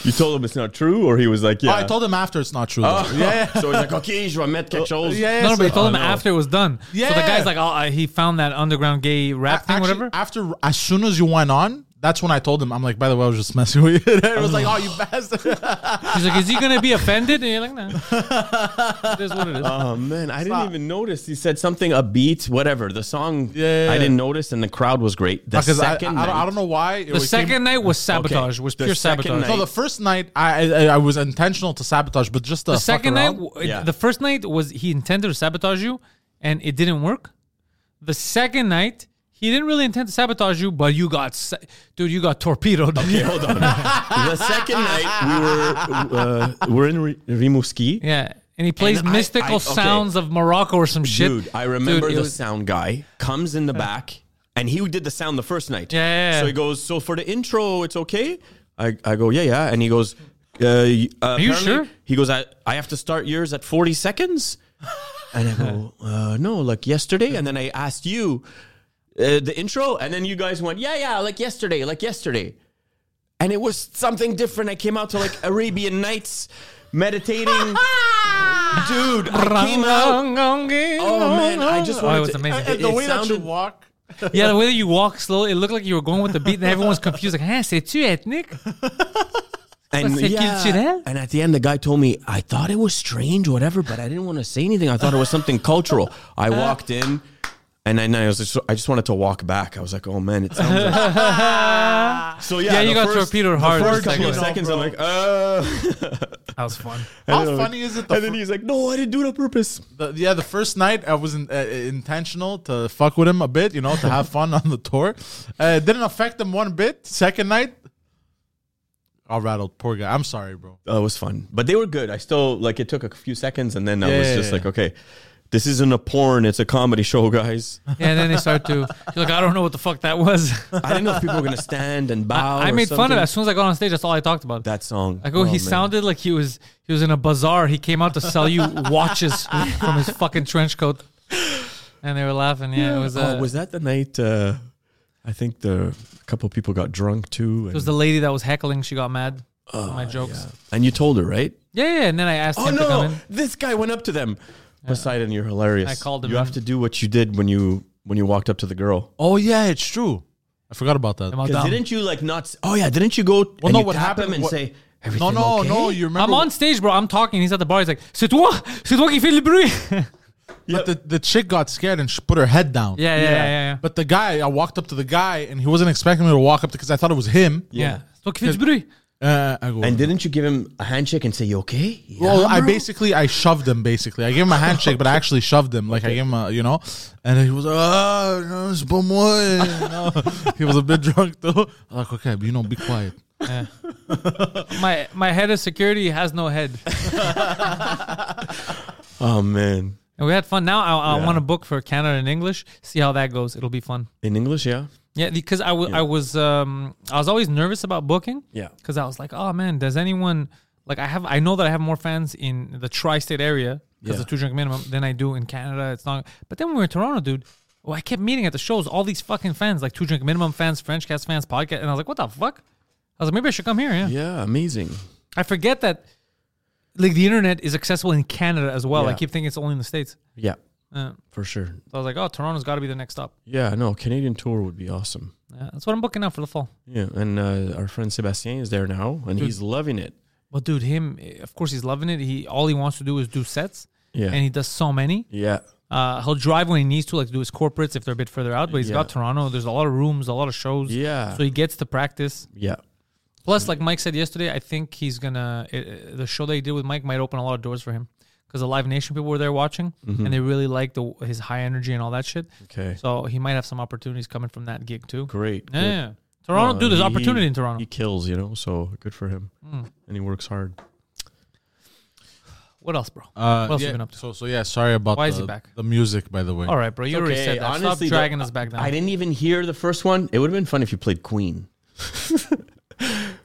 S3: You told him it's not true, or he was like,
S4: Oh, I told him after it's not true. though.
S3: Oh, yeah. so he's like, okay, je vais mettre quelque chose.
S4: Oh, Yeah,
S2: no, no,
S4: so-
S2: but he told him
S3: no.
S2: after it was done. So the
S4: Yeah.
S2: guy's like, oh, uh, he found that underground gay rap thing,
S4: Actually,
S2: whatever.
S4: After as soon as you went on, that's when I told him. I'm like, by the way, I was just messing with you. it was like, oh, you bastard.
S2: He's like, is he gonna be offended? And you're like, nah. it is what it is.
S3: Oh man, I didn't even notice. He said something upbeat, whatever. The song,
S4: Yeah, yeah,
S3: I
S4: yeah.
S3: didn't notice, and the crowd was great. The
S4: Because I, I,
S3: second,
S4: don't- I
S3: night-
S4: don't know why. it
S2: the
S4: was- came-
S2: second night was sabotage. Was
S3: The
S2: pure
S3: second
S2: sabotage.
S3: night-
S4: No, the first night I, I I was intentional to sabotage, but just the,
S2: the second night, w-
S3: Yeah.
S2: the first night was he intended to sabotage you, and it didn't work. The second night, he didn't really intend to sabotage you, but you got, sa- dude, you got torpedoed.
S3: Okay, hold on. the second night, we were uh, we're in Ri- Rimouski.
S2: yeah, and he plays
S3: And I-
S2: mystical
S3: I- okay.
S2: sounds of Morocco or some shit.
S3: Dude, I remember
S2: Dude, it
S3: the
S2: was-
S3: sound guy comes in the back, and he did the sound the first night.
S2: Yeah, yeah, yeah.
S3: So he goes, so for the intro, it's okay. I, I go, yeah, yeah, and he goes, uh, y- uh,
S2: you
S3: apparently-
S2: sure?
S3: He goes, I, I have to start yours at forty seconds, and I go, uh, no, like yesterday, and then I asked you uh, the intro, and then you guys went, yeah, yeah, like yesterday, like yesterday. And it was something different. I came out to like Arabian Nights, meditating. Dude, I came out Oh man, I just
S2: Oh,
S3: wanted
S2: it was
S3: to-
S2: amazing.
S3: it-
S4: the
S3: it
S4: way that
S3: sounded-
S4: you walk.
S2: yeah, the way that you walk slowly, it looked like you were going with the beat, and everyone's confused. Like, hey, c'est tu ethnique?
S3: and,
S2: c'est culturel?
S3: and at the end, the guy told me I thought it was strange, whatever, but I didn't want to say anything. I thought it was something cultural. I
S2: Uh-huh.
S3: walked in, and then I was just, I just wanted to walk back. I was like, oh man, it sounds. Like, so yeah,
S2: Yeah, you
S3: the
S2: got
S3: first-
S2: torpedoed
S3: the
S2: hard
S3: First
S2: the
S3: couple of
S2: second night.
S3: seconds, I'm like, uh.
S2: That was fun.
S4: How funny is it? The,
S3: and then
S4: fir-
S3: he's like, no, I didn't do it on purpose.
S4: the- yeah, the first night I was in, uh, intentional to fuck with him a bit, you know, to have fun on the tour. Uh, it didn't affect him one bit. Second night, all rattled. Poor guy. I'm sorry, bro.
S3: Oh, it was fun, but they were good. I still like it took a few seconds, and then I
S4: Yeah,
S3: was
S4: yeah,
S3: just
S4: yeah.
S3: like, okay, this isn't a porn; it's a comedy show, guys.
S2: Yeah, and then they start to you're like, I don't know what the fuck that was.
S3: I didn't know if people were gonna stand and bow.
S2: I
S3: or
S2: made fun of
S3: something.
S2: it. As soon as I got on stage, that's all I talked about.
S3: that song.
S2: I go,
S3: Oh,
S2: he
S3: man.
S2: sounded like he was he was in a bazaar. He came out to sell you watches from his fucking trench coat. And they were laughing. Yeah, it was uh,
S3: oh, was that the night? Uh, I think the a couple people got drunk too. And,
S2: it was the lady that was heckling. She got mad at my jokes.
S3: and you told her, right?
S2: Yeah. yeah, And then I asked
S3: Oh
S2: him to come
S3: no!
S2: in.
S3: This guy went up to them. Poseidon, you're hilarious.
S2: I called him
S3: You have
S2: in.
S3: to do what you did when you when you walked up to the girl.
S4: Oh yeah, it's true. I forgot about that.
S2: I'm out
S3: 'Cause
S2: down.
S3: Didn't you like not? s- Oh yeah, didn't you go? and
S4: no,
S3: you
S4: what
S3: tap
S4: happened-
S3: Him and
S4: what-
S3: say,
S4: No,
S3: "Everything
S4: no,
S3: okay?"
S4: no. You remember?
S2: I'm on stage, bro. I'm talking. He's at the bar. He's like, "C'est toi, c'est toi qui fais le bruit." yeah,
S4: But the, the chick got scared and she put her head down.
S2: yeah, yeah, yeah, yeah.
S4: But the guy, I walked up to the guy and he wasn't expecting me to walk up because I thought it was him.
S2: Yeah. C'est toi qui fais du bruit.
S4: Uh, I go,
S3: And didn't you give him a handshake and say, "You okay?" Yeah,
S4: Well, I
S3: bro."
S4: basically I shoved him. Basically, I gave him a handshake, but I actually shoved him. Like I gave him a, you know, and he was like, ah, no, it's bon moi. You know? he was a bit drunk though. I'm like, okay, but you know, be quiet.
S2: My my head of security has no head.
S3: Oh man,
S2: And we had fun. Now I, I
S3: Yeah.
S2: want to book for Canada in English. See how that goes. It'll be fun.
S3: in English, yeah,
S2: Yeah, because I wa- I was um I was always nervous about booking.
S3: Yeah.
S2: Because I was like, oh man, does anyone like I have I know that I have more fans in the tri-state area because
S3: Yeah.
S2: the two drink minimum than I do in Canada. It's not. But then when we were in Toronto, dude. Well, I kept meeting at the shows all these fucking fans, like two drink minimum fans, French cast fans, podcast, and I was like, "What the fuck?" I was like, "Maybe I should come here." Yeah,
S3: yeah, amazing.
S2: I forget that, like the internet is accessible in Canada as well. I
S3: Yeah.
S2: keep thinking it's only in the states.
S3: Yeah,
S2: Uh,
S3: for sure.
S2: so I was like, "Oh, Toronto's got to be the next stop."
S3: Yeah, no, Canadian tour would be awesome.
S2: Yeah, that's what I'm booking out for the fall.
S3: Yeah, and uh, our friend Sebastian is there now, and he's loving it.
S2: But dude, him, eh, of course, he's loving it. He all he wants to do is do sets,
S3: Yeah,
S2: and he does so many.
S3: yeah,
S2: Uh, he'll drive when he needs to, like do his corporates if they're a bit further out. But he's got
S3: Yeah.
S2: Toronto. There's a lot of rooms, a lot of shows.
S3: Yeah.
S2: so he gets to practice.
S3: yeah.
S2: Plus, like Mike said yesterday, I think he's gonna eh, eh, the show that he did with Mike might open a lot of doors for him because the Live Nation people were there watching, and they really liked the, his high energy and all that shit.
S3: Mm-hmm. Okay,
S2: So he might have some opportunities coming from that gig too.
S3: great.
S2: Yeah,
S3: good.
S2: yeah. Toronto,
S3: No,
S2: dude, there's
S3: he-
S2: opportunity
S3: he-
S2: in Toronto. Hmm.
S3: He kills, you know, so good for him, and he works hard.
S2: what else, bro?
S4: Uh,
S2: what else
S4: yeah,
S2: you been up to?
S4: So, so yeah, sorry about
S2: Why
S4: the,
S2: is he back?
S4: the music, by the way.
S2: All right, bro, you already said that. Stop
S3: though,
S2: dragging us back down.
S3: I didn't even hear the first one. It would have been fun if you played Queen.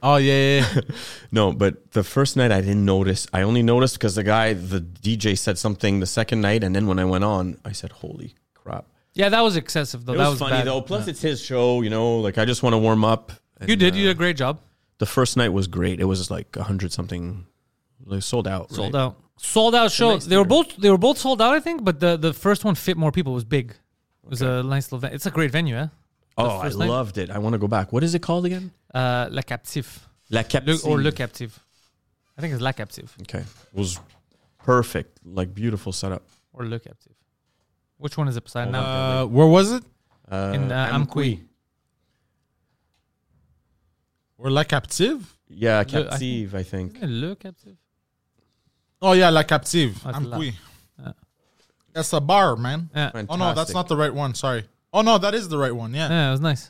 S4: Oh yeah, yeah, yeah.
S3: No, but the first night I didn't notice. I only noticed because the guy, the DJ, said something the second night, and then when I went on, I said, "Holy crap!"
S2: Yeah, that was excessive though.
S3: It
S2: that
S3: was,
S2: was
S3: funny
S2: bad.
S3: though. Plus, it's his show, you know. Like I just want to warm up.
S2: you
S3: And,
S2: did. you
S3: uh,
S2: did a great job.
S3: the first night was great. It was like a hundred something, like sold out. right?
S2: Sold out. Sold out show.
S3: nice
S2: they were
S3: theater.
S2: both they were both sold out, I think. But the the first one fit more people. It was big. It was a nice little. It's a great venue, eh?
S3: Oh, I
S2: first night?
S3: loved it. I want to go back. What is it called again?
S2: Uh, La Captive
S3: La
S2: Le,
S3: Captive.
S2: or Le Captive. I think it's La Captive
S3: Okay, it was perfect. Like beautiful setup.
S2: or Le Captive. Which one is it? Poseidon? now?
S4: Uh, where was it?
S3: Uh,
S2: In, uh, Amqui.
S4: Or La Captive?
S3: Yeah,
S2: Le- I
S3: Captive. I think.
S2: Isn't it Le Captive.
S4: Oh yeah, La Captive.
S2: That's
S4: I'm
S2: La-
S4: Cui.
S2: Yeah.
S4: That's a bar, man.
S2: Yeah.
S4: Oh no, that's not the right one. Sorry. Oh no, that is the right one. Yeah.
S2: Yeah, it was nice.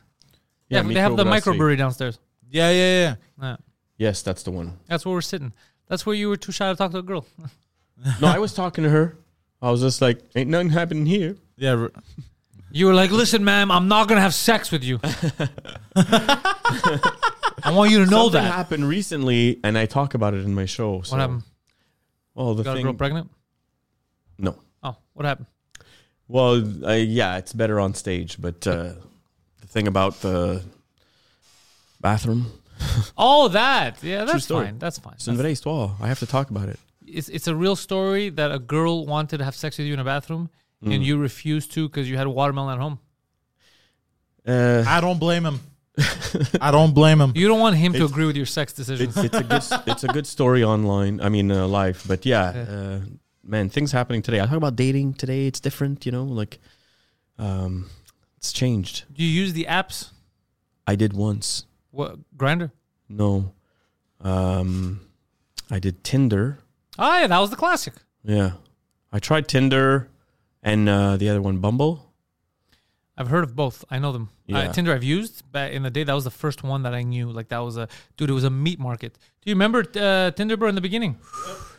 S2: Yeah, they have the microbrewery downstairs.
S4: Yeah, yeah, yeah.
S2: Yeah,
S3: Yes, that's the one.
S2: that's where we're sitting. That's where you were too shy to talk to a girl.
S3: No, I was talking to her. I was just like, ain't nothing happening here.
S4: Yeah. re-
S2: You were like, "Listen, ma'am, I'm not gonna have sex with you." I want you to know
S3: Something
S2: that.
S3: happened recently, and I talk about it in my show. So.
S2: What happened?
S3: Well, the
S2: Got a
S3: thing.
S2: girl pregnant?
S3: no.
S2: Oh, what happened?
S3: Well, I, yeah, it's better on stage, but uh, the thing about the bathroom.
S2: Oh, that. Yeah, that's
S3: story.
S2: fine. That's fine.
S3: It's une
S2: That's-
S3: vraie histoire. I have to talk about it.
S2: it's it's a real story that a girl wanted to have sex with you in a bathroom
S3: Mm.
S2: and you refused to because you had a watermelon at home.
S3: Uh,
S4: I don't blame him. I don't blame him.
S2: You don't want him to agree with your sex
S3: it's,
S2: decisions.
S3: it's a good it's a good story online. I mean, uh, live. But yeah, uh, man, things happening today. I talk about dating today. It's different, you know. Like, um, it's changed.
S2: Do you use the apps?
S3: I did once.
S2: What grinder?
S3: No, um, I did Tinder.
S2: Oh yeah, that was the classic.
S3: Yeah, I tried Tinder and uh, the other one, Bumble.
S2: I've heard of both. I know them.
S3: Yeah.
S2: Uh, Tinder I've used back in the day. That was the first one that I knew. Like that was a dude. It was a meat market. Do you remember uh, Tinder, bro? In the beginning,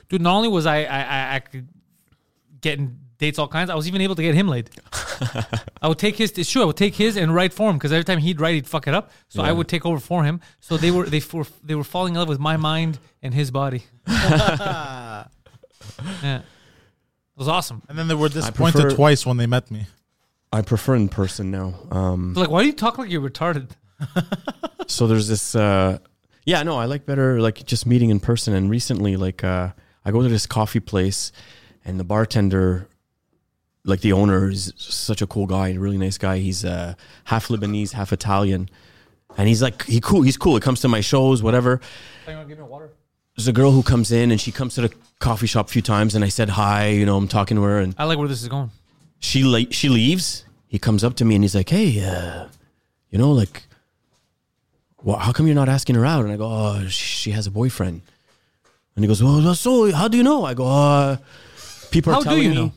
S2: dude. Not only was I I, I, I could getting dates all kinds. I was even able to get him laid. I would take his. It's true. I would take his and write for him because every time he'd write, he'd fuck it up. So I would take over for him. So they were they were they were falling in love with my mind and his body. yeah, it was awesome.
S4: And then they were disappointed
S3: prefer-
S4: twice when they met me.
S3: I prefer in person now. Um,
S2: Like, why do you talk like you're retarded?
S3: so there's this. Uh, yeah, no, I like better like just meeting in person. And recently, like uh, I go to this coffee place, and the bartender, like the owner, is such a cool guy, really nice guy. He's uh, half Lebanese, half Italian, and he's like he cool. He's cool. He comes to my shows, whatever.
S2: give me water.
S3: There's a girl who comes in and she comes to the coffee shop a few times, and I said hi. You know, I'm talking to her, and
S2: I like where this is going.
S3: she le- she leaves. He comes up to me and he's like, "Hey, uh, you know, like, wha how come you're not asking her out?" And I go, "Oh, she has a boyfriend." And he goes, "Well, so how do you know?" I go, uh, "People are
S2: How do
S3: telling
S2: you
S3: me.
S2: know?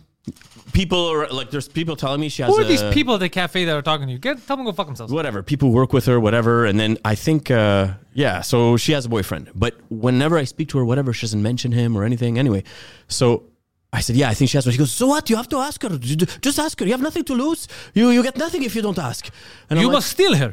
S3: People are like, there's people telling me she has.
S2: Who are
S3: a,
S2: these people at the cafe that are talking to you? Get tell them to go fuck themselves.
S3: Whatever. People work with her, whatever. And then I think, uh, yeah, so she has a boyfriend. But whenever I speak to her, whatever, she doesn't mention him or anything. Anyway, so I said, yeah, I think she has one. She goes, so what? You have to ask her. J- j- Just ask her. You have nothing to lose. You you get nothing if you don't ask. And
S2: You
S3: I'm
S2: must steal her.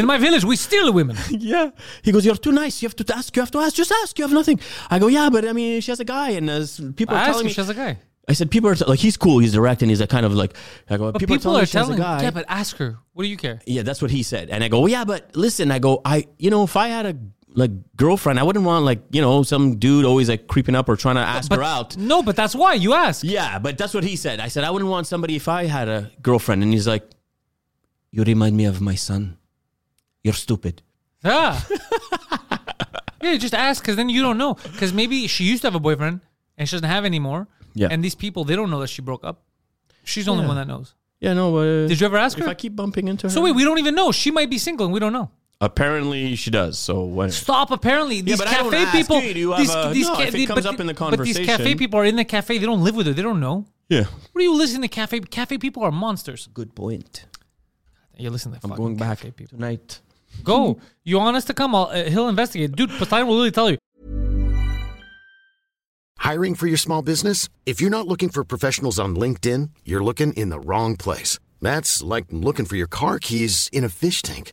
S2: In my village, we steal women.
S3: like, yeah. He goes, you're too nice. You have to ask. You have to ask. Just ask. You have nothing. I go, yeah, but I mean, she has a guy, and uh, s- people are
S2: I ask
S3: telling
S2: if
S3: me.
S2: she has a guy.
S3: I said, people are t- like, he's cool. He's direct, and he's like, kind of like. I go,
S2: But
S3: people, are telling, me she has a guy.
S2: yeah, but ask her. What do you care?
S3: yeah, that's what he said. And I go, yeah, but listen, I go, I, you know, if I had a like girlfriend, I wouldn't want like, you know, some dude always like creeping up or trying to ask her out.
S2: No, but that's why you ask.
S3: Yeah, but that's what he said. I said, I wouldn't want somebody if I had a girlfriend. And he's like, you remind me of my son. You're stupid.
S2: Yeah. yeah, just ask because then you don't know. Because maybe she used to have a boyfriend and she doesn't have anymore.
S3: Yeah.
S2: And these people, they don't know that she broke up. She's the only
S3: Yeah.
S2: one that knows.
S3: Yeah, no. Uh,
S2: Did you ever ask
S3: If
S2: her?
S3: I keep bumping into her.
S2: So wait, we don't even know. She might be single and we don't know.
S3: Apparently she does. So what?
S2: Stop. Apparently, these
S3: but I don't
S2: cafe
S3: ask
S2: people.
S3: you. Do you have
S2: these,
S3: a-
S2: these
S3: No,
S2: ca-
S3: if it
S2: they-
S3: comes
S2: but
S3: up in the
S2: but these cafe
S3: conversation-
S2: people are in the cafe. They don't live with her. They don't know.
S3: Yeah.
S2: What are you listening to? Cafe cafe people are monsters.
S3: Good point.
S2: You listen to
S3: I'm
S2: fucking
S3: going back
S2: cafe people.
S3: tonight.
S2: Go. You want us to come? I'll, uh, he'll investigate, dude. Poseidon will really tell you.
S5: Hiring for your small business? If you're not looking for professionals on LinkedIn, you're looking in the wrong place. That's like looking for your car keys in a fish tank.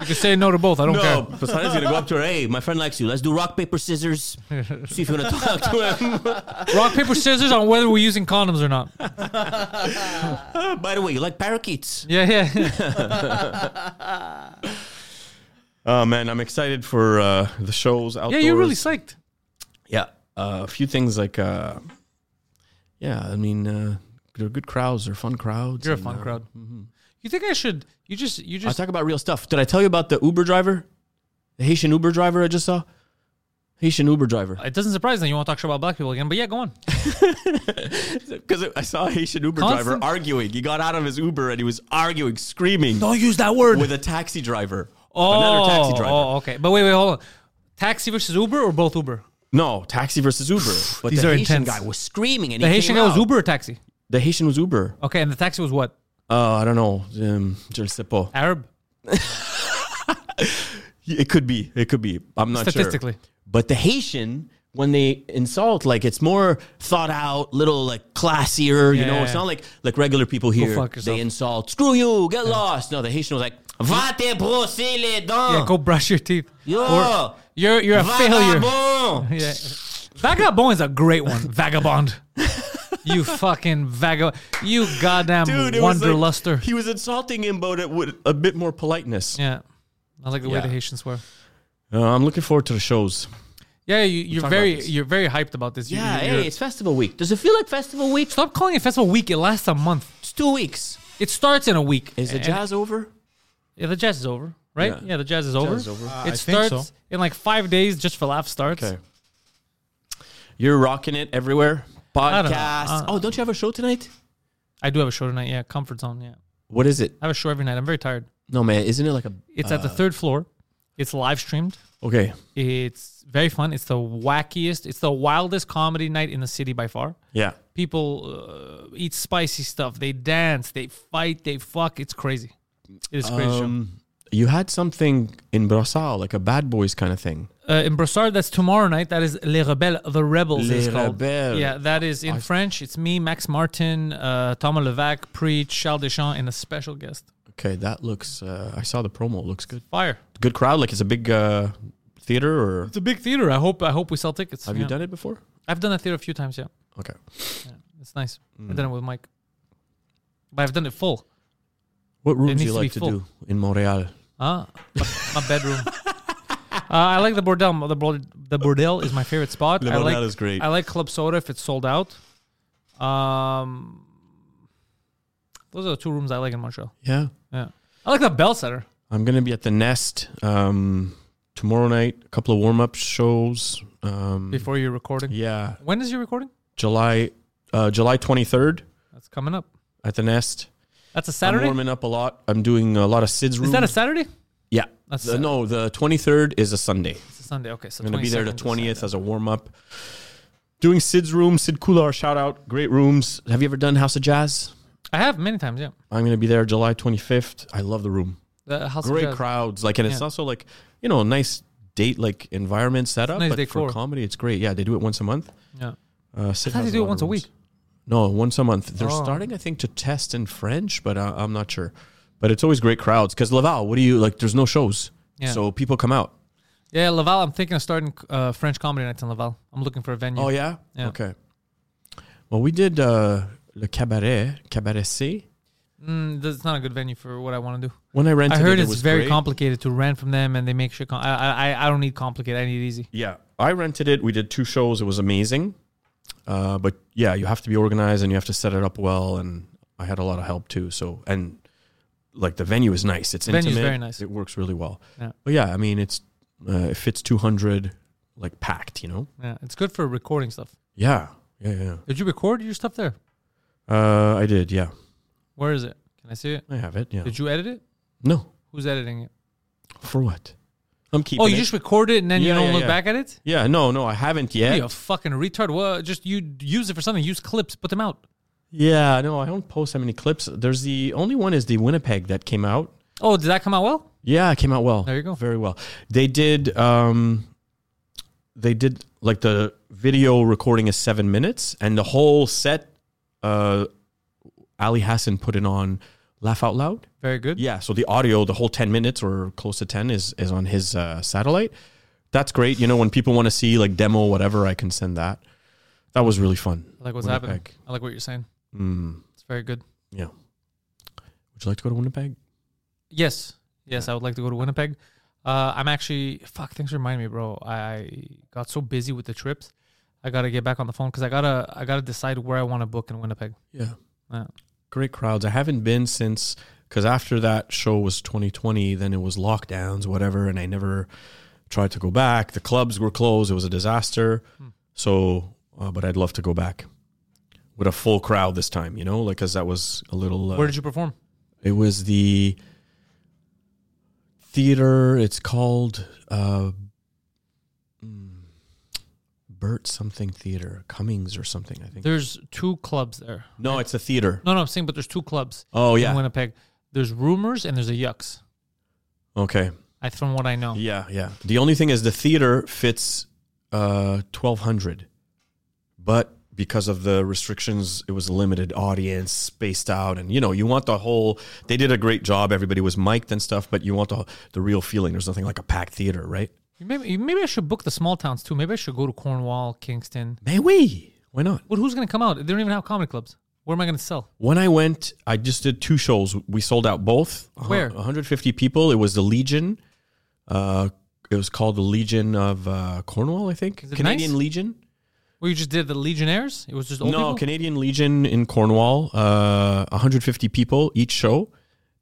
S2: you can say no to both. I don't
S3: No,
S2: care.
S3: Poseidon's gonna go up to her. Hey, my friend likes you. Let's do rock paper scissors. See if you wanna talk to him.
S2: Rock, paper, scissors on whether we're using condoms or not.
S3: By the way, you like parakeets?
S2: Yeah, yeah.
S3: Oh man, I'm excited for uh, the shows outdoors.
S2: yeah, you're really psyched.
S3: yeah. Uh, a few things like, uh, yeah, I mean, uh, they're good crowds. They're fun crowds.
S2: You're a
S3: and,
S2: fun
S3: uh,
S2: crowd. You think I should? You just, you
S3: I
S2: just.
S3: talk about real stuff. Did I tell you about the Uber driver, the Haitian Uber driver I just saw? Haitian Uber driver.
S2: It doesn't surprise me you want to talk shit about black people again, but yeah, go on.
S3: Because I saw a Haitian Uber
S2: Constant-
S3: driver arguing. He got out of his Uber and he was arguing, screaming
S2: Don't use that word.
S3: with a taxi driver.
S2: oh,
S3: another taxi driver.
S2: Oh, okay. But wait, wait, hold on. Taxi versus Uber or both Uber?
S3: No, taxi versus Uber. But
S2: These
S3: the
S2: are
S3: Haitian
S2: intense.
S3: guy was screaming and
S2: The
S3: he
S2: Haitian
S3: came
S2: guy was
S3: out.
S2: Uber or taxi?
S3: The Haitian was Uber.
S2: Okay, and the taxi was what?
S3: Uh, I don't know. Um, je ne sais pas.
S2: Arab?
S3: It could be. It could be. I'm not
S2: Statistically.
S3: sure. But the Haitian, when they insult, like it's more thought out, little like classier. you
S2: Yeah,
S3: know,
S2: yeah,
S3: it's
S2: yeah.
S3: not like like regular people here.
S2: fuck yourself.
S3: they insult. Screw you. Get lost. No, the Haitian was like. Va te brosser les dents.
S2: Yeah, go brush your teeth.
S3: Yo.
S2: Or you're you're a failure.
S3: Vagabond.
S2: Yeah. Vagabond is a great one. Vagabond. you fucking vagabond. You goddamn
S3: Dude, it was like-
S2: wanderluster.
S3: he was insulting him, but it with a bit more politeness.
S2: yeah. I like the way the
S3: Yeah.
S2: Haitians swear.
S3: Uh, I'm looking forward to the shows.
S2: Yeah, you, you're
S3: talked about
S2: very
S3: this.
S2: you're very hyped about this. You-
S3: Yeah,
S2: you- you're-
S3: hey, it's festival week. Does it feel like festival week?
S2: stop calling it festival week. It lasts a month.
S3: It's two weeks.
S2: It starts in a week.
S3: Is the
S2: And-
S3: jazz over?
S2: Yeah, the jazz is over, right? Yeah,
S3: Yeah.
S2: the jazz is over.
S3: is over. Uh,
S4: I
S2: it
S4: think
S2: starts
S4: so.
S2: in like five days. Just for laughs starts.
S3: Okay. You're rocking it everywhere.
S2: don't know.
S3: Podcast.
S2: Uh,
S3: oh, don't you have a show tonight?
S2: I do have a show tonight. Yeah, comfort zone. Yeah,
S3: What is it?
S2: I have a show every night. I'm very tired.
S3: No, man. Isn't it like a?
S2: It's at the third floor. It's live streamed.
S3: Okay.
S2: It's very fun. It's the wackiest. It's the wildest comedy night in the city by far.
S3: Yeah.
S2: People uh, eat spicy stuff. They dance. They fight. They fuck. It's crazy. It is a crazy. show.
S3: Um, you had something in Brassau, like a Bad Boys kind of thing.
S2: uh, in Brossard, that's tomorrow night. That is Les Rebelles, the Rebels.
S3: Les
S2: it's called.
S3: Rebelles.
S2: Yeah, that is in French. It's me, Max Martin, uh, Thomas Levac, Preach, Charles Deschamps, and a special guest.
S3: Okay, that looks. Uh, I saw the promo. It looks good.
S2: Fire!
S3: Good crowd. Like it's a big uh, theater. Or
S2: It's a big theater. I hope. I hope we sell tickets.
S3: have
S2: yeah.
S3: you done it before?
S2: I've done that theater a few times. Yeah,
S3: Okay.
S2: it's nice.
S3: Mm.
S2: I've done it with Mike, but I've done it full.
S3: What rooms do
S2: needs
S3: you
S2: to be
S3: like to,
S2: full.
S3: do in Montreal?
S2: Ah, my, my bedroom. Uh, I like the Bordel. The Bordel, the Bordel is my favorite spot.
S3: Le
S2: I like,
S3: Bordel is great.
S2: I like Club Soda if it's sold out. Um, those are the two rooms I like in Montreal.
S3: Yeah,
S2: Yeah. I like the Bell Center.
S3: I'm gonna be at the Nest um, tomorrow night. A couple of warm up shows. Um,
S2: Before you're recording.
S3: yeah,
S2: When is your recording?
S3: July uh, July 23rd
S2: That's coming up.
S3: at the Nest.
S2: That's a
S3: I'm
S2: Saturday.
S3: warming up a lot. I'm doing a lot of Sid's room.
S2: Is that a Saturday?
S3: yeah?
S2: That's
S3: The-
S2: Saturday.
S3: no, the 23rd is a Sunday.
S2: It's a Sunday. Okay, so
S3: I'm gonna be there the
S2: 22nd is
S3: 20th as a warm up. Doing Sid's room, Sid Kular, shout out, great rooms. Have you ever done House of Jazz?
S2: Saturday. I have many times. Yeah.
S3: I'm gonna be there July 25th. I love the room.
S2: The House of
S3: Great
S2: Jazz.
S3: crowds, like, and it's
S2: Yeah.
S3: also like you know, a nice date like environment setup.
S2: nice
S3: but
S2: decor.
S3: for comedy, it's great. Yeah, they do it once a month.
S2: Yeah.
S3: Uh,
S2: I
S3: Sid
S2: thought
S3: has
S2: they do it
S3: lot of
S2: once a
S3: rooms.
S2: week.
S3: No, once a month. They're
S2: Oh.
S3: starting, I think, to test in French, but I, I'm not sure. But it's always great crowds because Laval. What do you like? There's no shows,
S2: Yeah.
S3: so people come out.
S2: Yeah, Laval. I'm thinking of starting uh, French comedy nights in Laval. I'm looking for a venue.
S3: Oh yeah?
S2: Yeah.
S3: Okay. Well, we did uh, le cabaret, cabaret C.
S2: Mm, that's not a good venue for what I want to do.
S3: When I rented,
S2: I heard
S3: it, it
S2: it's
S3: was
S2: very
S3: great.
S2: complicated to rent from them, and they make shit. Com- I, I I don't need complicated. I need it easy.
S3: Yeah, I rented it. We did two shows. It was amazing. Uh, but yeah, you have to be organized and you have to set it up well. And I had a lot of help too. So and like the venue is nice. It's
S2: Venue's
S3: intimate.
S2: very nice.
S3: It works really well.
S2: Yeah.
S3: But yeah, I mean, it's uh, it fits 200 like packed. You know.
S2: Yeah, it's good for recording stuff.
S3: Yeah. Yeah. Yeah.
S2: Did you record your stuff there?
S3: Uh, I did. Yeah.
S2: Where is it? Can I see it?
S3: I have it. Yeah.
S2: Did you edit it?
S3: no.
S2: Who's editing it?
S3: For what? I'm keeping.
S2: Oh, you
S3: it.
S2: just record it and then you
S3: Yeah,
S2: don't
S3: yeah,
S2: look
S3: yeah.
S2: back at it?
S3: Yeah, no, no, I haven't yet.
S2: You a fucking retard. Well, just you use it for something. Use clips. Put them out.
S3: Yeah, no, I don't post that many clips. There's the only one is the Winnipeg that came out.
S2: Oh, did that come out well?
S3: Yeah, it came out well.
S2: There you go.
S3: Very well. They did um they did like the video recording is 7 minutes and the whole set uh Ali Hassan put it on Laugh Out Loud.
S2: Very good.
S3: Yeah, so the audio, the whole 10 minutes or close to 10 is is on his uh, satellite. That's great. You know, when people want to see like demo whatever, I can send that. That was really fun.
S2: I like what's happening.
S3: Winnipeg.
S2: I like what you're saying.
S3: Mm,
S2: It's very good.
S3: yeah. Would you like to go to Winnipeg?
S2: Yes. Yes, I would like to go to Winnipeg. Uh, I'm actually fuck. Thanks for reminding me, bro. I got so busy with the trips. I gotta get back on the phone because I gotta I gotta decide where I want to book in Winnipeg.
S3: Yeah.
S2: Yeah.
S3: Great crowds. I haven't been since because after that show was 2020, then it was lockdowns, whatever, and I never tried to go back. The clubs were closed. It was a disaster. So, uh, but I'd love to go back with a full crowd this time, you know, like because that was a little. Uh,
S2: Where did you perform?
S3: It was the theater. It's called uh, mm, Burt something theater, Cummings or something. I think.
S2: There's two clubs there.
S3: no, it's a theater.
S2: No, no, I'm saying, but there's two clubs
S3: Oh
S2: in
S3: yeah.
S2: Winnipeg. There's rumors and there's a yucks.
S3: Okay.
S2: I from what I know.
S3: Yeah, yeah. The only thing is the theater fits uh, 1,200, but because of the restrictions, it was a limited audience, spaced out, and you know, you want the whole. They did a great job. Everybody was mic'd and stuff, but you want the the real feeling. There's nothing like a packed theater, right?
S2: Maybe maybe I should book the small towns too. Maybe I should go to Cornwall, Kingston.
S3: May we? Why not?
S2: But who's gonna come out? They don't even have comedy clubs. Where am I gonna sell?
S3: When I went, I just did two shows. We sold out both. A hun-
S2: Where?
S3: 150 people. It was the Legion. Uh, it was called the Legion of uh, Cornwall, I think.
S2: Is it
S3: Canadian
S2: nice?
S3: Legion.
S2: Well, you just did the Legionnaires. It was just old
S3: no
S2: people?
S3: Canadian Legion in Cornwall. Uh, 150 people each show,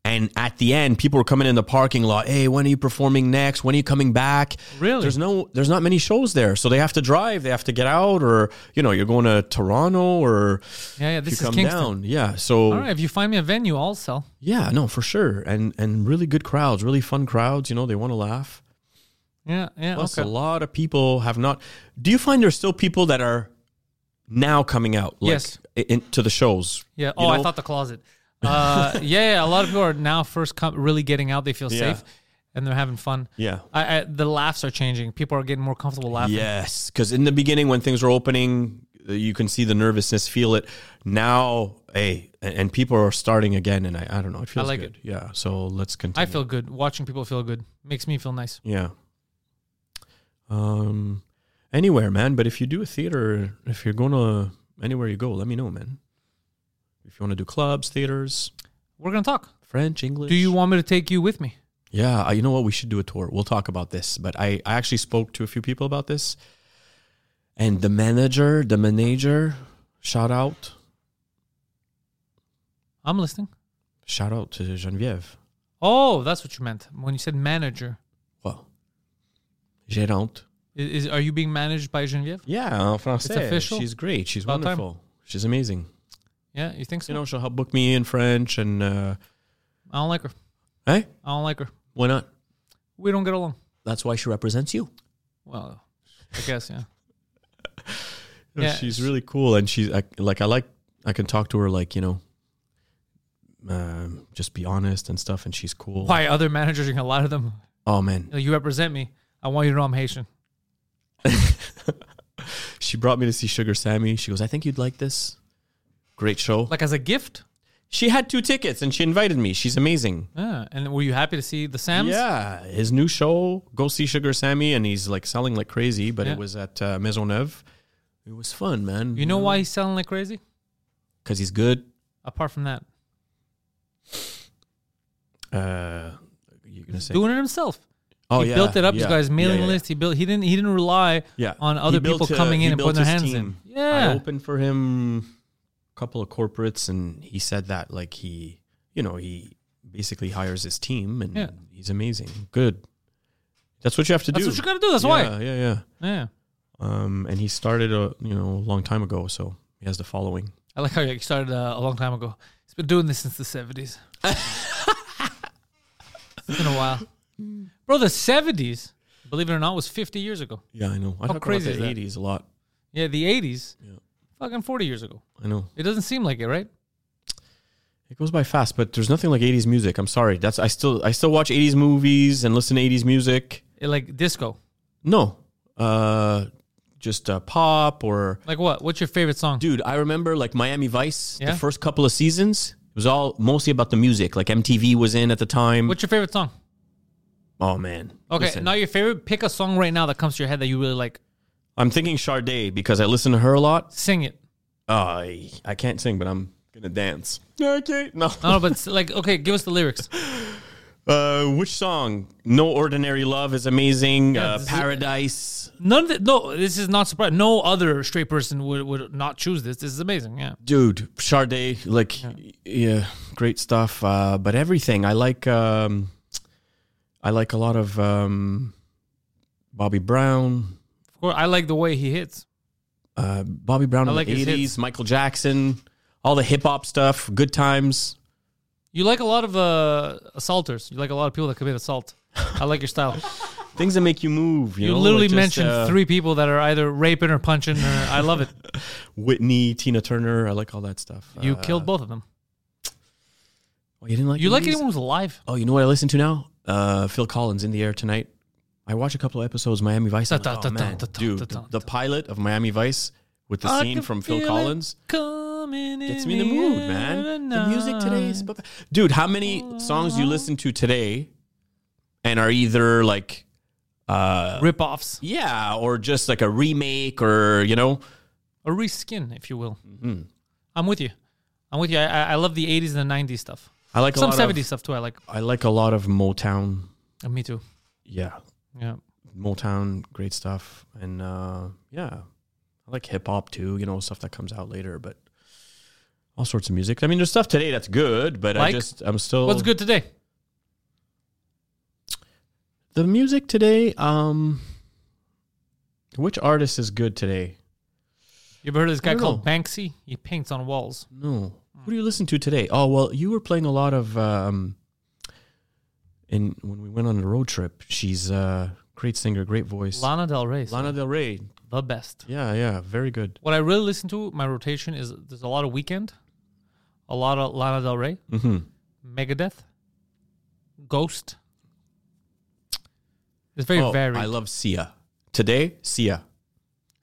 S3: And at the end, people were coming in the parking lot. Hey, when are you performing next? When are you coming back?
S2: Really?
S3: There's no, there's not many shows there, so they have to drive. They have to get out, or you know, you're going to Toronto, or
S2: Yeah, yeah,
S3: if
S2: this
S3: you
S2: is
S3: come
S2: Kingston.
S3: down. Yeah. So
S2: All right, if you find me a venue, I'll sell.
S3: yeah, no, for sure, and and really good crowds, really fun crowds. You know, they want to laugh.
S2: Yeah, yeah,
S3: Plus,
S2: okay.
S3: a lot of people have not. Do you find there's still people that are now coming out? Like,
S2: Yes.
S3: i- Into the shows.
S2: Yeah.
S3: you
S2: Oh, I
S3: know?
S2: thought the closet. Uh, yeah, yeah. A lot of people are now first com- really getting out. They feel
S3: Yeah.
S2: safe, and they're having fun.
S3: Yeah.
S2: I, I, the laughs are changing. People are getting more comfortable laughing.
S3: Yes, because in the beginning, when things were opening, uh, you can see the nervousness, feel it. Now, hey, and, and people are starting again, and I, I don't know. It feels
S2: like
S3: good. Yeah. So let's continue.
S2: I feel good watching people feel good. Makes me feel nice.
S3: Yeah. Um, anywhere, man. But if you do a theater, if you're going to anywhere you go, let me know, man. If you want to do clubs, theaters,
S2: We're gonna talk.
S3: French, English.
S2: Do you want me to take you with me?
S3: Yeah, I- you know what? We should do a tour. We'll talk about this. But I, I actually spoke to a few people about this, and the manager, the manager, shout out,
S2: I'm listening.
S3: shout out to Geneviève.
S2: Oh, that's what you meant when you said manager.
S3: Well, gérante.
S2: Is, is are you being managed by Genevieve?
S3: Yeah, en français.
S2: official?
S3: She's great. She's
S2: About time.
S3: wonderful. She's amazing.
S2: Yeah, you think so?
S3: You know, she'll help book me in French and, uh,
S2: I don't like her.
S3: hey,
S2: I don't like her.
S3: why not?
S2: We don't get along.
S3: That's why she represents you.
S2: Well, I guess yeah.
S3: No,
S2: Yeah.
S3: she's really cool, and she's I, like I like I can talk to her like you know, um, just be honest and stuff, and she's cool.
S2: Why other managers? You can- A lot of them.
S3: Oh man,
S2: You, know, you represent me. I want you to know I'm Haitian.
S3: She brought me to see Sugar Sammy. She goes, I think you'd like this. Great show.
S2: Like as a gift.
S3: she had two tickets and she invited me. She's amazing.
S2: Yeah. And were you happy to see the Sams?
S3: Yeah. His new show, go see Sugar Sammy, and he's like selling like crazy, but
S2: Yeah.
S3: it was at uh, Maisonneuve. It was fun, man.
S2: You know why he's selling like crazy?
S3: Because he's good.
S2: Apart from that,
S3: Uh, you're gonna say,
S2: doing it himself.
S3: oh
S2: he built it up.
S3: yeah,
S2: This guy's mailing
S3: yeah, yeah,
S2: list. He built. He didn't. He didn't rely
S3: yeah.
S2: on
S3: He
S2: other
S3: built,
S2: people
S3: uh,
S2: coming
S3: he
S2: in and
S3: built
S2: putting their
S3: his
S2: hands
S3: team.
S2: in. Yeah.
S3: I opened for him a couple of corporates, and he said that like he, you know, he basically hires his team, and
S2: Yeah.
S3: he's amazing. Good. That's what you have to
S2: That's
S3: do.
S2: what you gotta do. That's
S3: yeah,
S2: why.
S3: Yeah, yeah.
S2: Yeah.
S3: Um, and he started a you know a long time ago, so he has the following.
S2: I like how you started uh, a long time ago. He's been doing this since the seventies. it's been a while, bro. The seventies, believe it or not, was fifty years ago.
S3: Yeah, I know. I
S2: How
S3: talk
S2: crazy
S3: about
S2: is
S3: the
S2: that?
S3: eighties a lot.
S2: Yeah, the eighties, fucking forty years ago.
S3: I know
S2: It doesn't seem like it, right?
S3: it goes by fast, but there's nothing like eighties music. I'm sorry. That's I still I still watch eighties movies and listen to eighties music.
S2: It, like disco.
S3: No, uh, just uh, pop or
S2: Like what? What's your favorite song?
S3: dude i remember like miami vice
S2: Yeah?
S3: the first couple of seasons it was all mostly about the music like mtv was in at the time
S2: What's your favorite song?
S3: oh man
S2: Okay,
S3: Listen,
S2: now your favorite. Pick a song right now that comes to your head that you really like.
S3: i'm thinking Sade because i listen to her a lot
S2: Sing it.
S3: Uh, i i can't sing but i'm gonna dance okay no
S2: No, no, but s- like, okay, give us the lyrics.
S3: uh which song no ordinary love is amazing
S2: Yeah,
S3: uh,
S2: this is-
S3: paradise
S2: None of the, no, this is not surprising. No other straight person would, would not choose this. This is amazing. Yeah.
S3: dude Sade, like yeah. great stuff uh but everything i like um i like a lot of um bobby brown
S2: Of course, I like the way he hits.
S3: uh, Bobby Brown
S2: I
S3: in
S2: like his
S3: the
S2: hits.
S3: eighties, Michael Jackson, all the hip hop stuff, good times.
S2: You like a lot of uh, assaulters. You like a lot of people that commit assault. I like your style.
S3: Things that make you move. You,
S2: You
S3: know,
S2: literally
S3: like just,
S2: mentioned
S3: uh,
S2: three people that are either raping or punching. Or, I love it.
S3: Whitney, Tina Turner. I like all that stuff.
S2: You
S3: Uh,
S2: killed both of them.
S3: oh, you didn't like
S2: You like
S3: these?
S2: anyone who's alive?
S3: Oh, you know what I listen to now? Uh, Phil Collins in the air tonight. I watch a couple of episodes of Miami Vice. I'm
S2: Da-
S3: like,
S2: da-
S3: oh,
S2: da-
S3: man,
S2: da- da-
S3: dude,
S2: da- da-
S3: the pilot of Miami Vice with the
S2: I
S3: scene
S2: can
S3: from Phil
S2: feel it
S3: Collins
S2: coming
S3: gets me in the mood, man. The music today is,
S2: night.
S3: dude. How many songs you listen to today, and are either like uh,
S2: rip-offs,
S3: Yeah, or just like a remake, or you know,
S2: a reskin, if you will.
S3: Mm-hmm.
S2: I'm with you. I'm with you. I, I- I love the 80s and the 90s stuff.
S3: I like
S2: Some
S3: a lot
S2: 70s
S3: Of,
S2: stuff too. I like.
S3: I like a lot of Motown.
S2: Uh, me too.
S3: Yeah,
S2: Yeah.
S3: Motown, great stuff, and uh, yeah, I like hip hop too. You know, stuff that comes out later, but all sorts of music. I mean, there's stuff today that's good, but I
S2: Like?
S3: just I'm still
S2: What's good today?
S3: The music today. Um, which artist is good today?
S2: You ever heard of this
S3: I
S2: guy
S3: don't
S2: called
S3: know.
S2: Banksy? He paints on walls.
S3: No. Who do you listen to today? Oh well, you were playing a lot of um in when we went on the road trip. She's a great singer, great voice.
S2: Lana Del Rey, so
S3: Lana Del Rey.
S2: the best.
S3: Yeah, yeah, very good.
S2: What I really listen to my rotation is there's a lot of Weekend, a lot of Lana Del Rey,
S3: Mm-hmm.
S2: Megadeth, Ghost. It's very varied.
S3: Oh, I love Sia. Today, Sia.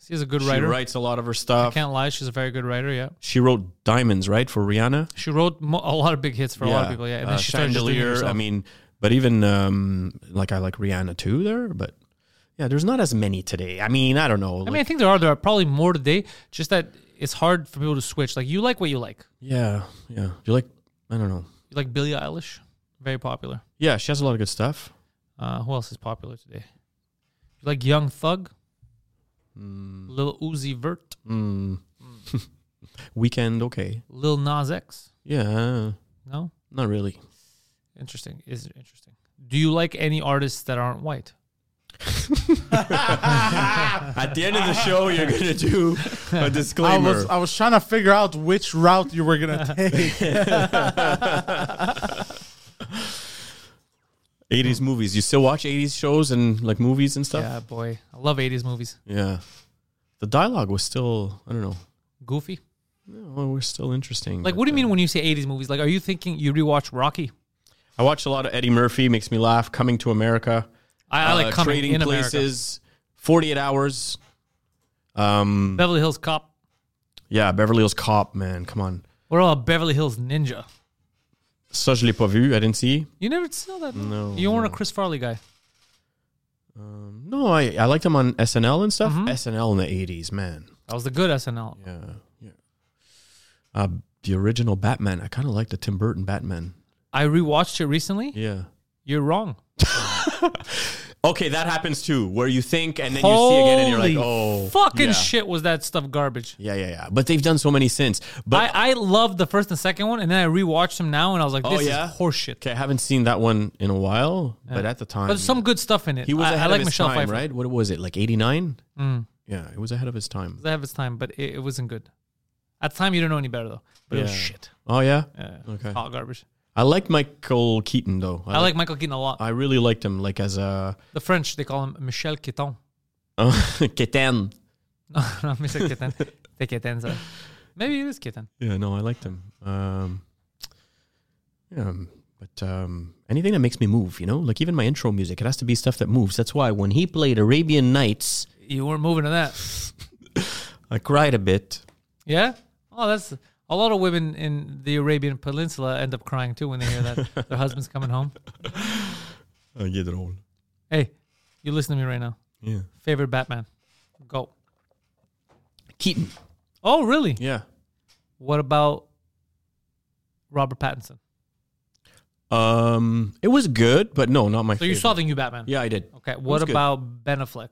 S2: She's a good
S3: She
S2: writer.
S3: writes a lot of her
S2: I
S3: stuff.
S2: can't lie, she's a very good writer. Yeah,
S3: She wrote Diamonds, right, for Rihanna.
S2: she wrote mo- a lot of big hits for a lot of people. Yeah, and then
S3: Uh,
S2: she started just doing it
S3: Chandelier.
S2: herself.
S3: I mean, but even um, like I like Rihanna too there, but yeah, there's not as many today. I mean, I don't know.
S2: I mean, I think there are there are probably more today. Just that it's hard for people to switch. Like you like what you like.
S3: yeah, yeah. You like? I don't know.
S2: You like Billie Eilish, very popular.
S3: Yeah, she has a lot of good stuff.
S2: Uh, who else is popular today? You like Young Thug,
S3: Hmm.
S2: Lil Uzi Vert,
S3: Mm. Weekend, okay.
S2: Lil Nas X.
S3: Yeah,
S2: No,
S3: not really.
S2: interesting. Is it interesting? Do you like any artists that aren't white?
S3: At the end of the show, you're gonna do a
S4: I
S3: disclaimer.
S4: was I was trying to figure out which route you were gonna take.
S3: 80s movies. You still watch 80s shows and like movies and stuff?
S2: Yeah, boy, I love '80s movies.
S3: Yeah. The dialogue was still, I don't know,
S2: Goofy.
S3: well, we're still interesting.
S2: Like,
S3: but,
S2: what do you
S3: uh,
S2: mean when you say '80s movies? Like, are you thinking you rewatch Rocky?
S3: I watch a lot of Eddie Murphy, makes me laugh. Coming to America.
S2: I, I
S3: uh,
S2: like coming
S3: Trading
S2: in America.
S3: Places, 48 Hours. Um,
S2: Beverly Hills Cop.
S3: yeah, Beverly Hills Cop, man. Come on.
S2: We're all Beverly Hills Ninja.
S3: Ça, je l'ai pas vu. I didn't see.
S2: You never saw that.
S3: No,
S2: You weren't a Chris Farley guy.
S3: Um, no, I, I liked him on SNL and stuff.
S2: Mm-hmm.
S3: SNL in the 80s, man.
S2: That was the good SNL.
S3: Yeah. yeah. Uh, the original Batman. I kind of like the Tim Burton Batman.
S2: I rewatched it recently.
S3: Yeah.
S2: You're wrong.
S3: Okay, that happens too, where you think and then you see again and you're
S2: Holy
S3: like, oh,
S2: fucking
S3: yeah.
S2: shit was that stuff garbage.
S3: Yeah, yeah, yeah. But they've done so many since. But
S2: I, I loved the first and second one, and then I rewatched them now, and I was like,
S3: Oh,
S2: this
S3: yeah?
S2: is horseshit.
S3: okay, I haven't seen that one in a while. But at the time,
S2: But there's some good stuff in it.
S3: he was
S2: I, I
S3: ahead
S2: like
S3: of his
S2: Michelle
S3: time,
S2: Pfeiffer. Mm.
S3: right? What was it, like '89? Yeah, it was ahead of his time.
S2: It have its time, but it, it wasn't good. At the time, you didn't know any better though. But it was
S3: Yeah.
S2: shit.
S3: Oh yeah,
S2: Yeah,
S3: Okay.
S2: hot garbage.
S3: I liked Michael Keaton though.
S2: I, like Michael Keaton a lot.
S3: I really liked him, like as a uh,
S2: the French they call him Michel Keaton.
S3: Keaton.
S2: No, no, Michel Keaton. the Keaton. sorry. Maybe it is Keaton.
S3: Yeah, no, I liked him. Um, yeah, but um, anything that makes me move, you know, like even my intro music, it has to be stuff that moves. That's why when he played Arabian Nights,
S2: You weren't moving to that.
S3: I cried a bit.
S2: Yeah. Oh, that's a lot of women in the Arabian Peninsula end up crying too when they hear that their husband's coming home.
S3: Uh, yeah, they're all.
S2: Hey, you listen to me right now.
S3: Yeah.
S2: Favorite Batman? Go.
S3: Keaton.
S2: Oh, really?
S3: Yeah.
S2: What about Robert Pattinson?
S3: Um, it was good, but no, not my.
S2: So you
S3: favorite.
S2: saw the new Batman?
S3: Yeah, I did.
S2: Okay.
S3: was
S2: What
S3: good.
S2: about Ben Affleck?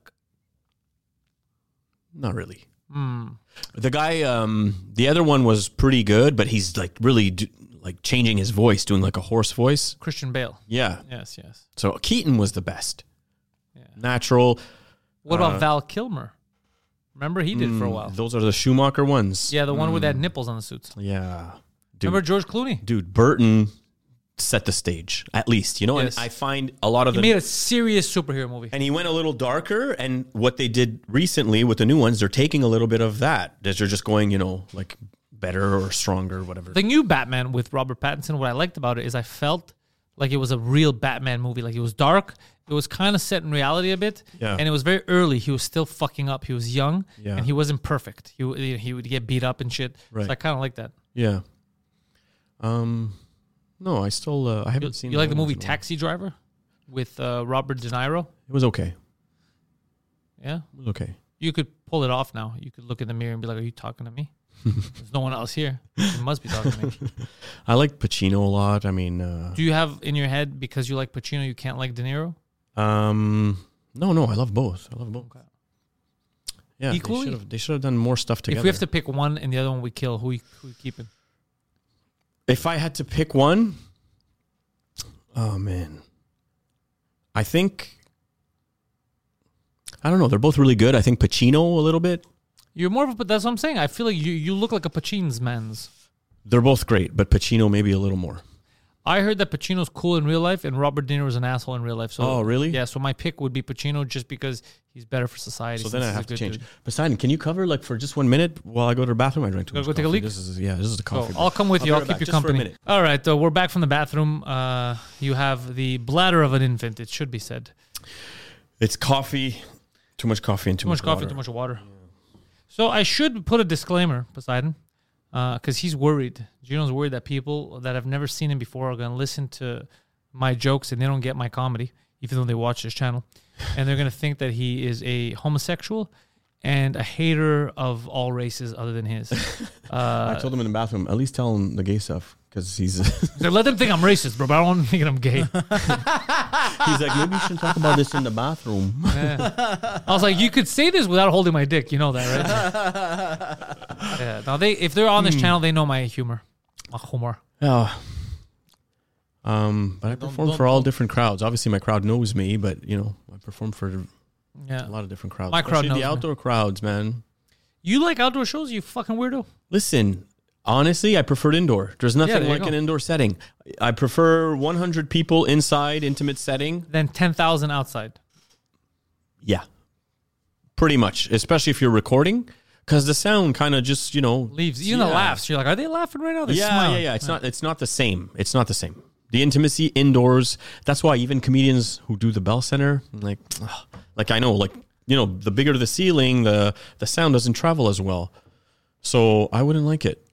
S3: Not really.
S2: Hmm.
S3: The guy, um, the other one was pretty good, but he's like really d like changing his voice, doing like a horse voice.
S2: Christian Bale.
S3: Yeah.
S2: Yes, yes.
S3: So Keaton was the best. Natural.
S2: What about Val Kilmer? Remember he did for a while.
S3: Those are Uh, mm, the Schumacher ones.
S2: Oh. yeah, the one with that nipples on the suits.
S3: Yeah. Dude,
S2: Remember George Clooney?
S3: dude, Burton set the stage at least, you know.
S2: Yes.
S3: And I find a lot of
S2: He
S3: the
S2: made a serious superhero movie.
S3: and he went a little darker. And what they did recently with the new ones, they're taking a little bit of that. They're just going, you know, like better or stronger, whatever.
S2: The new Batman with Robert Pattinson, what I liked about it is I felt like it was a real Batman movie. Like it was dark. It was kind of set in reality a bit.
S3: Yeah.
S2: And it was very early. He was still fucking up. He was young.
S3: Yeah.
S2: And he wasn't perfect. He, w- he would get beat up and shit.
S3: Right.
S2: So I kind of like that.
S3: Yeah. Um, no, I still uh, I haven't
S2: You,
S3: seen.
S2: you like the
S3: ones
S2: movie
S3: in a while.
S2: Taxi Driver with uh, Robert De Niro?
S3: It was okay.
S2: Yeah.
S3: It was okay.
S2: you could pull it off now. You could look in the mirror and be like, "Are you talking to me? There's no one else here. You must be talking to me."
S3: I like Pacino a lot. I mean, uh,
S2: Do you have in your head because you like Pacino, you can't like De Niro?
S3: um, no, no, I love both. I love both. Yeah,
S2: Equally?
S3: they should have done more stuff together.
S2: If we have to pick one and the other one we kill, who you, who you keeping?
S3: If I had to pick one, oh man, I think I don't know. They're both really good. I think Pacino a little bit.
S2: You're more of a, but that's what I'm saying. I feel like you, you look like a Pacino's man's.
S3: They're both great, but Pacino maybe a little more.
S2: I heard that Pacino's cool in real life and Robert De Niro's an asshole in real life. So
S3: Oh, really?
S2: Yeah. So my pick would be Pacino just because he's better for society.
S3: So then
S2: since
S3: I
S2: he's a
S3: have to
S2: good
S3: change.
S2: dude.
S3: Poseidon, can you cover like for just one minute while I go to the bathroom? I drank too
S2: Gotta
S3: much.
S2: go take a
S3: coffee.
S2: leak?
S3: This is yeah. This is the coffee.
S2: So I'll come with
S3: I'll
S2: you.
S3: be
S2: I'll
S3: right
S2: keep
S3: back,
S2: you
S3: just for a
S2: company.
S3: minute.
S2: All right. So we're back from the bathroom. Uh, you have the bladder of an infant. It should be said.
S3: It's coffee. Too much coffee and too,
S2: Too much coffee,
S3: water.
S2: too much water. So I should put a disclaimer, Poseidon, because he's worried. Gino's worried that people that have never seen him before are going to listen to my jokes and they don't get my comedy, even though they watch this channel, and they're going to think that he is a homosexual and a hater of all races other than his.
S3: I told him in the bathroom. At least tell him the gay stuff because he's he's
S2: So let them think I'm racist, bro. But I don't want them thinking I'm gay.
S3: like maybe you should talk about this in the bathroom.
S2: I was like, you could say this without holding my dick. You know that, right? yeah. Now they, if they're on
S3: Hmm.
S2: this channel, they know my humor. My humor.
S3: Yeah. Um, but I perform for all different crowds. Obviously, my crowd knows me, but you know, I perform for
S2: Yeah.
S3: a lot of different crowds.
S2: My crowd
S3: Especially
S2: knows me.
S3: the outdoor crowds, man.
S2: You like outdoor shows, you fucking weirdo.
S3: Listen, honestly, I preferred indoor. There's nothing
S2: there you
S3: like
S2: go.
S3: an indoor setting. I prefer 100 people inside, intimate setting.
S2: Then ten thousand outside.
S3: Yeah, pretty much. Especially if you're recording, because the sound kind of just you know
S2: Leaves. Even the
S3: Yeah.
S2: laughs. You're like, are they laughing right now? They're
S3: yeah,
S2: smiling.
S3: yeah, yeah. It's not. It's not the same. It's not the same. The intimacy indoors. That's why even comedians who do the Bell Center, like, ugh, like I know, like you know, the bigger the ceiling, the the sound doesn't travel as well. So I wouldn't like it.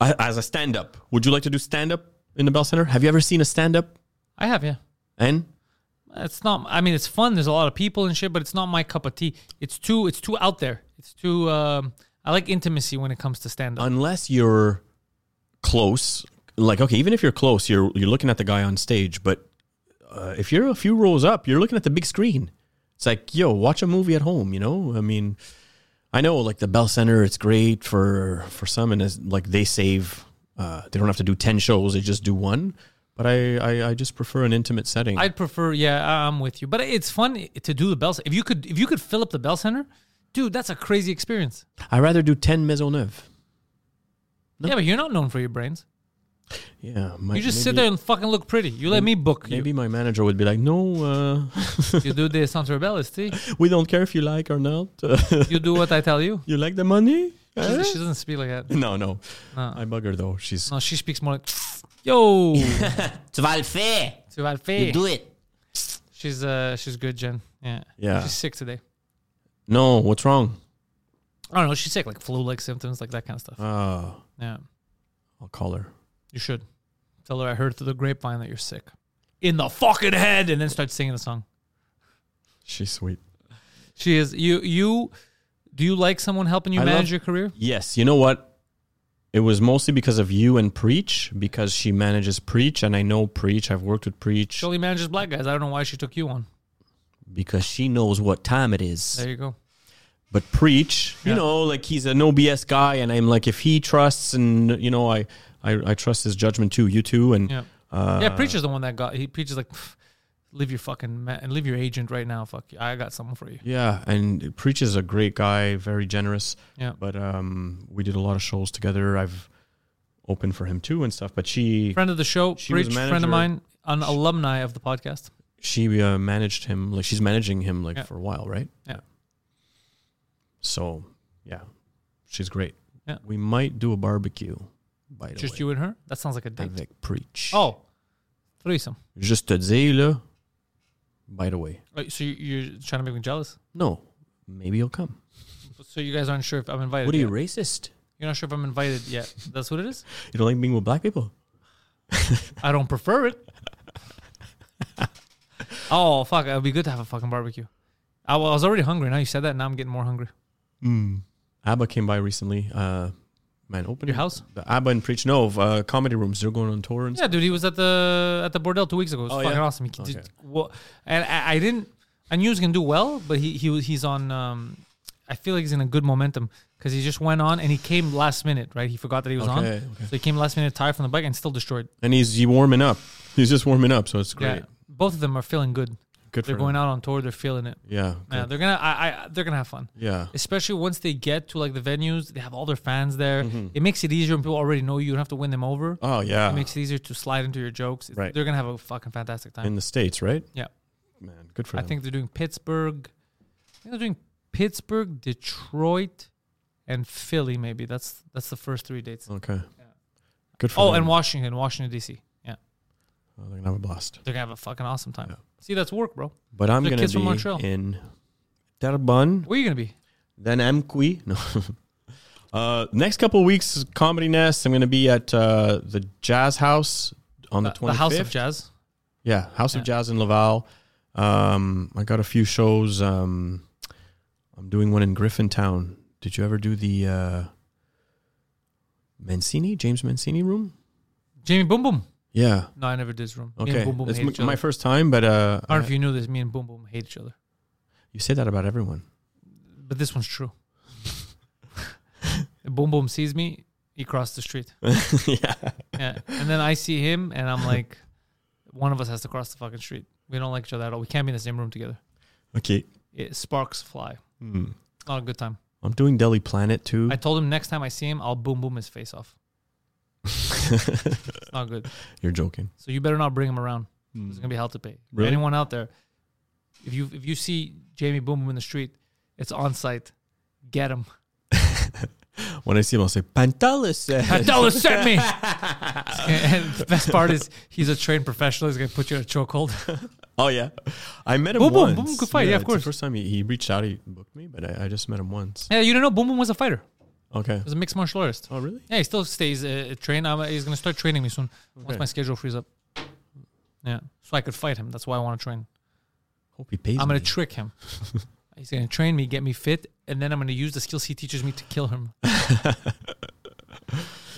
S3: I, as a stand up, would you like to do stand up in the Bell Center? Have you ever seen a stand up?
S2: I have, yeah.
S3: And
S2: It's not. I mean, it's fun. There's a lot of people and shit, but it's not my cup of tea. It's too. It's too out there. It's too. Um, I like intimacy when it comes to stand up.
S3: unless you're close, like okay, even if you're close, you're you're looking at the guy on stage. But uh, if you're a few rows up, you're looking at the big screen. It's like, yo, watch a movie at home. You know, I mean, I know like the Bell Center, it's great for for some, and it's, like they save, uh, they don't have to do ten shows; they just do one. But I I, I just prefer an intimate setting.
S2: I'd prefer. Yeah, I- I'm with you. But it's fun i- to do the bell. If you could, if you could fill up the bell center, dude, that's a crazy experience.
S3: I'd rather do ten Maisonneuve.
S2: Yeah, but you're not known for your brains.
S3: Yeah, my,
S2: You just
S3: maybe-
S2: sit there and fucking look pretty. You let me book you.
S3: Maybe my manager would be like, "No, uh,
S2: You do this on Rebellis, see?
S3: we don't care if you like or not.
S2: You do what I tell you.
S3: You like the money?
S2: She doesn't- she doesn't speak like that.
S3: No, no. I bug her though. She's
S2: No, she speaks more like, yo,
S1: Valfe,
S2: to our face.
S1: it.
S2: She's uh, she's good, Jen. Yeah,
S3: Yeah.
S2: She's sick today.
S3: no. What's wrong?
S2: I don't know. She's sick, like flu-like symptoms, like that kind of stuff.
S3: Uh,
S2: yeah,
S3: I'll call her.
S2: you should tell her I heard through the grapevine that you're sick, in the fucking head, and then start singing the song.
S3: She's sweet.
S2: She is you. You do you like someone helping you
S3: I
S2: manage
S3: love-
S2: your career?
S3: Yes. You know what? It was mostly because of you and Preach because she manages Preach and I know Preach. I've worked with Preach
S2: She only manages black guys. I don't know why she took you on.
S3: because she knows what time it is.
S2: There you go.
S3: But Preach,
S2: Yeah.
S3: you know, like he's a no BS guy, and I'm like, if he trusts, and you know, I, I, I trust his judgment too. You too, and
S2: Yeah.
S3: Uh,
S2: yeah, preacher's the one that got. He preaches like, "Pff, leave your fucking ma- leave your agent right now. Fuck you. I got someone for you.
S3: Yeah, and Preach is a great guy, very generous.
S2: Yeah.
S3: But um, we did a lot of shows together. I've opened for him too and stuff. But she
S2: friend of the show,
S3: She was
S2: Breach, friend
S3: manager-
S2: of mine, an alumni of the podcast.
S3: she uh, managed him. Like she's managing him like
S2: Yeah.
S3: for a while, right?
S2: Yeah.
S3: So yeah, she's great.
S2: Yeah.
S3: We might do a barbecue. By the
S2: Just
S3: way,
S2: you and her? That sounds like a date.
S3: avec Preach.
S2: Oh, threesome.
S3: Just te dire là. By the way,
S2: Wait, So you- you're trying to make me jealous?
S3: no, maybe you'll come.
S2: So you guys aren't sure if I'm invited.
S3: What are you
S2: yet.
S3: racist?
S2: You're not sure if I'm invited yet. That's what it is?
S3: You don't like being with black people?
S2: I don't prefer it. oh, fuck. It would be good to have a fucking barbecue. I wa- I was already hungry. Now you said that. Now I'm getting more hungry.
S3: ABBA came by recently. Uh, man, open
S2: Your house?
S3: The ABBA and Preach. No, of, uh, comedy rooms. They're going on tour and
S2: Yeah, dude, he was at the at the Bordel two weeks ago. It was
S3: Oh,
S2: fucking
S3: yeah?
S2: awesome. He, did
S3: Okay.
S2: well, and I, I didn't. I knew he was gonna do well, but he he was he's on. Um, I feel like he's in a good momentum because he just went on and he came last minute, right? He forgot that he was on,
S3: Okay, okay.
S2: so he came last minute, tired from the bike, and still destroyed.
S3: and he's he warming up. He's just warming up, so it's great.
S2: Yeah, both of them are feeling good.
S3: Good
S2: They're
S3: for
S2: going
S3: him.
S2: out on tour. They're feeling it.
S3: Yeah,
S2: Yeah,
S3: good.
S2: they're gonna. I, I they're gonna have fun.
S3: yeah,
S2: Especially once they get to like the venues, they have all their fans there. It makes it easier when people already know you. You don't have to win them over.
S3: Mm-hmm. Oh
S2: It
S3: yeah,
S2: makes it easier to slide into your jokes. It's-
S3: Right.
S2: They're gonna have a fucking fantastic time.
S3: in the states, right?
S2: yeah,
S3: Man, good for
S2: I
S3: them.
S2: think they're doing Pittsburgh. I think they're doing Pittsburgh, Detroit, and Philly. Maybe that's that's the first three dates.
S3: Okay. Good for
S2: Oh,
S3: them.
S2: and Washington, Washington D.C. Yeah,
S3: Oh, they're gonna have a blast.
S2: they're gonna have a fucking awesome time.
S3: Yeah.
S2: See, that's work, bro.
S3: But I'm
S2: They're
S3: gonna
S2: kids
S3: be
S2: from Montreal.
S3: in Terrebonne,
S2: Where are you gonna be?
S3: then Amqui. No. Uh, next couple weeks, Comedy Nest. I'm going to be at uh, the Jazz House on the
S2: Uh,
S3: 25th.
S2: the House of Jazz.
S3: Yeah, House
S2: Yeah.
S3: of Jazz in Laval. Um, I got a few shows. Um, I'm doing one in Griffintown. Did you ever do the uh, Mancini, James Mancini room?
S2: Jamie Boom Boom.
S3: Yeah.
S2: No, I never did this room. Me
S3: Okay.
S2: and Boom Boom
S3: it's
S2: hate
S3: m-
S2: each
S3: my
S2: other.
S3: first time, but uh,
S2: I don't know
S3: I-
S2: if you knew this. Me and Boom Boom hate each other,
S3: you say that about everyone.
S2: but this one's true. Boom Boom sees me, he crossed the street.
S3: yeah.
S2: Yeah, and then I see him, and I'm like, one of us has to cross the fucking street. We don't like each other at all. We can't be in the same room together.
S3: Okay.
S2: It sparks fly.
S3: Hmm.
S2: Not a good time.
S3: I'm doing Deli Planet too.
S2: I told him next time I see him, I'll boom boom his face off. It's not good.
S3: You're joking.
S2: So you better not bring him around. There's gonna be hell to pay.
S3: Really?
S2: Anyone out there, if you if you see Jamie Boom Boom in the street, it's on site. Get him.
S3: When I see him, I'll say Pantalis. said."
S2: Adela sent me. and the best part is he's a trained professional. He's gonna put you in a chokehold.
S3: Oh yeah, I met him
S2: Boom, boom,
S3: once.
S2: boom, good fight. Yeah, of
S3: it's
S2: course.
S3: The first time he, he reached out, he booked me, but I, I just met him once.
S2: yeah, you don't know. Boom Boom was a fighter.
S3: Okay.
S2: He was a mixed martial artist.
S3: Oh really?
S2: Yeah, he still stays uh, trained. I'm, he's gonna start training me soon once
S3: Okay.
S2: my schedule frees up. Yeah, so I could fight him. That's why I want to train.
S3: Hope he pays.
S2: I'm gonna
S3: me.
S2: trick him. He's gonna train me, get me fit, and then I'm gonna use the skills he teaches me to kill him. yeah,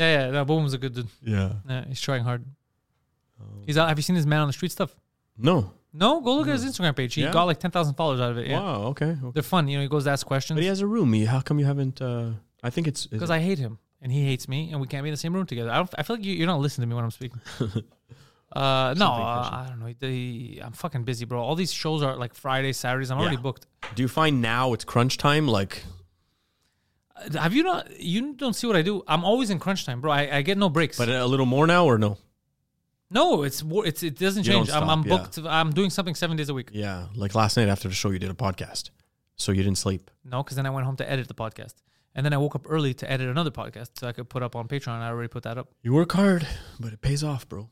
S2: yeah. No, Boom's a good dude.
S3: yeah.
S2: Yeah, he's trying hard.
S3: Oh.
S2: He's out. Have you seen his man on the street stuff?
S3: No.
S2: No, go look at his Instagram page. He
S3: Yeah?
S2: got like ten thousand followers out of it. Yeah,
S3: Wow. Okay. okay.
S2: they're fun. You know, he goes to ask questions
S3: But he
S2: because
S3: has a room. He- How come you haven't? Uh, I think it's is it-
S2: I hate him and he hates me, and we can't be in the same room together. I don't. I feel like you, you're not listening to me when I'm speaking. Uh, no, uh, I don't know. They- I'm fucking busy, bro. All these shows are like Fridays, Saturdays. I'm already
S3: Yeah.
S2: booked.
S3: Do you find now it's crunch time? Like
S2: Uh, Have you not? You don't see what I do. I'm always in crunch time, bro. I, I get no breaks.
S3: but a little more now or no?
S2: no, it's wor- it's it doesn't
S3: You don't
S2: change. I'm, I'm
S3: stop, yeah.
S2: booked. I'm doing something seven days a week.
S3: Yeah. Like last night after the show, you did a podcast, so you didn't sleep.
S2: No, because then I went home to edit the podcast, and then I woke up early to edit another podcast so I could put up on Patreon. I already put that up.
S3: You work hard, but it pays off, bro.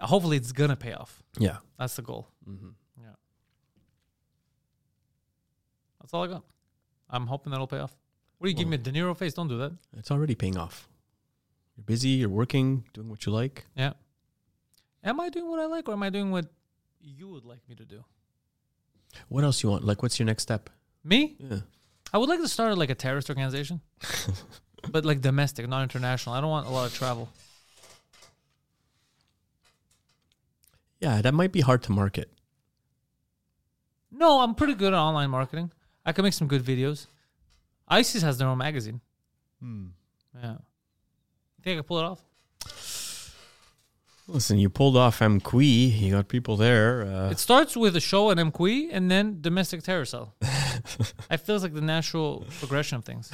S2: Hopefully, it's gonna pay off.
S3: Yeah.
S2: That's the goal. Yeah. That's all I got. I'm hoping that'll pay off. What are you giving me a De Niro face? Don't do that.
S3: It's already paying off. You're busy. You're working, doing what you like.
S2: Yeah. Am I doing what I like, or am I doing what you would like me to do?
S3: What else you want? Like, what's your next step?
S2: Me?
S3: Yeah.
S2: I would like to start like a terrorist organization, but like domestic, not international. I don't want a lot of travel.
S3: Yeah, that might be hard to market.
S2: No, I'm pretty good at online marketing. I can make some good videos. ISIS has their own magazine. Hmm. Yeah. You think I can pull it off?
S3: Listen, you pulled off MQI. You got people there. Uh,
S2: It starts with a show and MQI E and then domestic terror cell. it feels like the natural progression of things.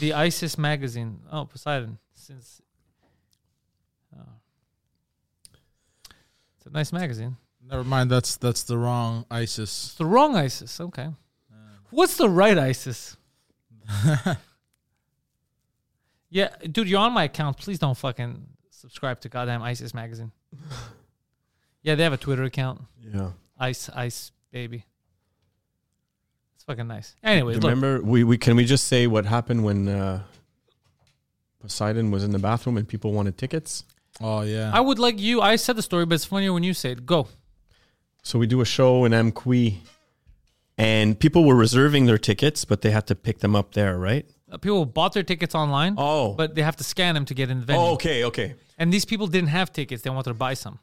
S2: the ISIS magazine. Oh, Poseidon. Since oh. it's a nice magazine.
S4: Never mind. That's that's the wrong ISIS.
S2: It's the wrong ISIS. Okay. What's the right ISIS? yeah, dude, you're on my account. Please don't fucking subscribe to goddamn ISIS magazine. yeah, they have a Twitter account.
S3: yeah.
S2: Ice, ice, baby. It's fucking nice. Anyway, look,
S3: Remember, we, we can we just say what happened when uh, Poseidon was in the bathroom and people wanted tickets?
S4: Oh yeah.
S2: I would like you. I said the story, but it's funnier when you say it. Go.
S3: So we do a show in MQI, and people were reserving their tickets, but they had to pick them up there, right?
S2: Uh, people bought their tickets online.
S3: Oh.
S2: but they have to scan them to get in the venue.
S3: Oh, okay, okay.
S2: And these people didn't have tickets. They wanted to buy some.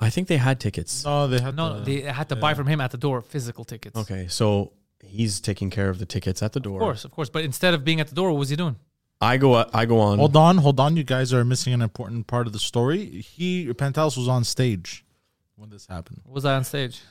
S3: I think they had tickets.
S4: no, they had
S2: No, they
S4: the-
S2: had to buy from him at the door physical tickets.
S3: Okay, so he's taking care of the tickets at the door.
S2: Of course, of course. But instead of being at the door, what was he doing?
S3: I go uh, I go on.
S4: Hold on, hold on. You guys are missing an important part of the story. He Pantelis was on stage when this happened.
S2: Was I on stage?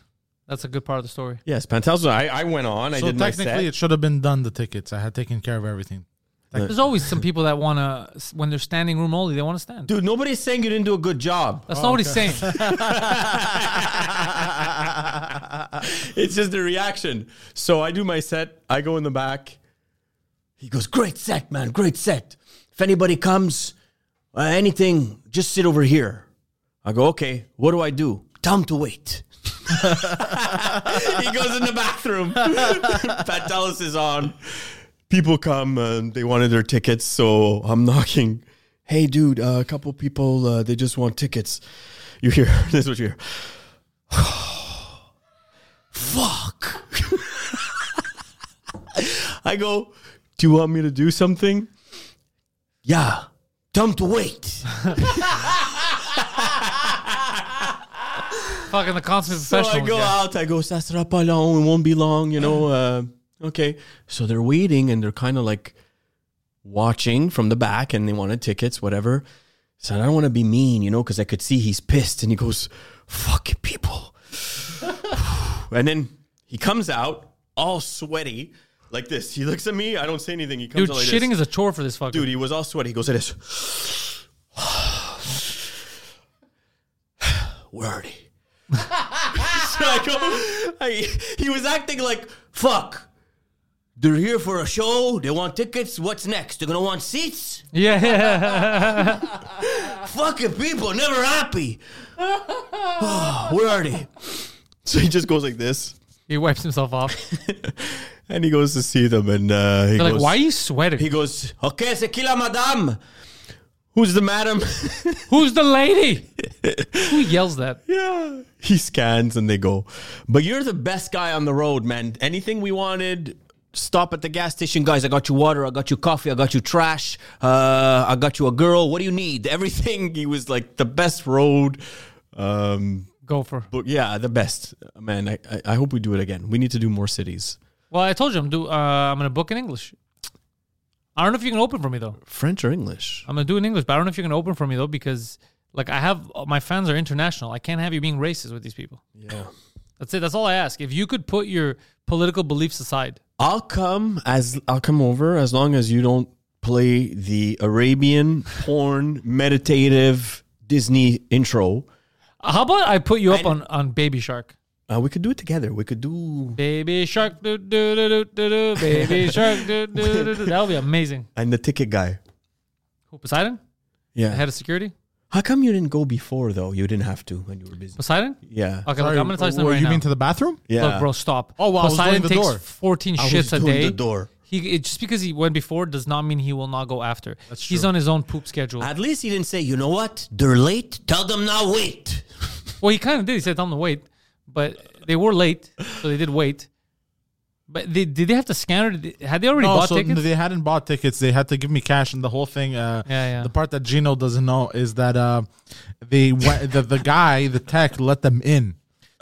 S2: That's a good part of the story.
S3: Yes, Pantel's. I, I went on. I
S4: so
S3: did my set.
S4: technically, it should have been done. The tickets. I had taken care of everything.
S2: There's always some people that want to, when they're standing room only, they want to stand.
S3: Dude, nobody's saying you didn't do a good job.
S2: That's not what he's saying.
S3: it's just the reaction. So I do my set. I go in the back. He goes, "Great set, man. Great set. If anybody comes, uh, anything, just sit over here." I go, "Okay. What do I do? Tell him to wait." he goes in the bathroom. Patelis is on. People come and they wanted their tickets, so I'm knocking. Hey, dude, uh, a couple people uh, they just want tickets. You hear? This is what you hear. Fuck. I go. Do you want me to do something? Yeah. Tell him to wait.
S2: Fucking the consummate
S3: So I
S2: professional.
S3: go out. I go, ça sera pas long. It won't be long, you know. Uh, okay. So they're waiting and they're kind of like watching from the back and they wanted tickets, whatever. So I don't want to be mean, you know, because I could see he's pissed and he goes, fuck people. and then he comes out all sweaty like this. He looks at me. I don't say anything. He comes
S2: Dude,
S3: out like
S2: shitting
S3: this.
S2: is a chore for this fucker.
S3: Dude, he was all sweaty. He goes like this. Where are they? so I go, I, he was acting like, fuck. They're here for a show. They want tickets. What's next? They're going to want seats?
S2: Yeah, yeah.
S3: Fucking people, never happy. Oh, where are they? So he just goes like this.
S2: he wipes himself off.
S3: And he goes to see them. And uh, he
S2: They're like,
S3: goes,
S2: why are you sweating?
S3: He goes, okay, c'est qui la madame? Who's the madam?
S2: Who's the lady? Who yells that?
S3: Yeah. He scans and they go, but you're the best guy on the road, man. Anything we wanted, stop at the gas station, guys. I got you water, I got you coffee, I got you trash, uh, I got you a girl. What do you need? Everything. He was like the best road. Um,
S2: Gopher.
S3: but yeah, the best. Man, I, I, I hope we do it again. We need to do more cities.
S2: Well, I told you I'm do. Uh, I'm gonna book in English. I don't know if you can open for me though.
S3: French or English?
S2: I'm gonna do it in English, but I don't know if you can open for me though because like I have uh, my fans are international. I can't have you being racist with these people.
S3: Yeah.
S2: That's it. That's all I ask. If you could put your political beliefs aside,
S3: I'll come as I'll come over as long as you don't play the Arabian porn meditative Disney intro.
S2: how about I put you up
S3: I-
S2: on on Baby Shark?
S3: Uh, we could do it together. We could do.
S2: Baby Shark, do do do do do. Baby Shark, do do do do. That would be amazing.
S3: And the ticket guy.
S2: Who Poseidon? The
S3: Yeah.
S2: head of security?
S3: How come you didn't go before though? You didn't have to when you were busy.
S2: Poseidon?
S3: Yeah.
S2: Okay, look, I'm gonna tell you something
S4: What,
S2: right
S4: oh, you
S2: now.
S4: mean to the bathroom?
S3: Yeah.
S2: Look, bro, stop.
S4: Oh, well, I was
S2: Poseidon
S4: doing the
S2: takes
S4: door.
S2: 14
S3: I was
S2: shits a
S3: doing
S2: day.
S3: the door.
S2: He it, just because he went before does not mean he will not go after.
S4: That's
S2: He's
S4: true.
S2: on his own poop schedule.
S3: At least he didn't say, you know what? They're late. Tell them now. Wait.
S2: well, he kind of did. He said, "Tell them to wait," but they were late, so they did wait. But they, did they have to scan or did they- had they already
S4: No,
S2: bought
S4: so
S2: tickets?
S4: they hadn't bought tickets. They had to give me cash, and the whole thing. Uh,
S2: Yeah, yeah.
S4: The part that Gino doesn't know is that uh, they went, the, the guy, the tech, let them in,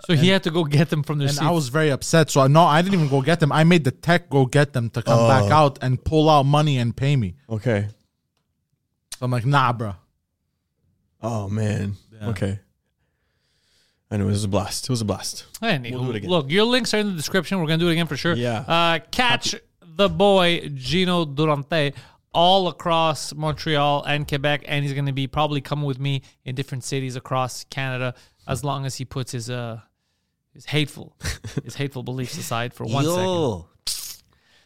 S2: so he had to go get them from their
S4: and
S2: seats.
S4: I was very upset. So I no, I didn't even go get them. I made the tech go get them to come back out and pull out money and pay me.
S3: Okay.
S4: So I'm like, nah, bro.
S3: Oh man. Okay. I know it was a blast. It was a blast.
S2: Anywho,
S3: We'll do it again.
S2: Look, your links are in the description. We're gonna do it again for sure.
S3: Yeah.
S2: Uh, catch the boy Gino Durante all across Montreal and Quebec, and he's gonna be probably coming with me in different cities across Canada as long as he puts his uh his hateful his hateful beliefs aside for one second.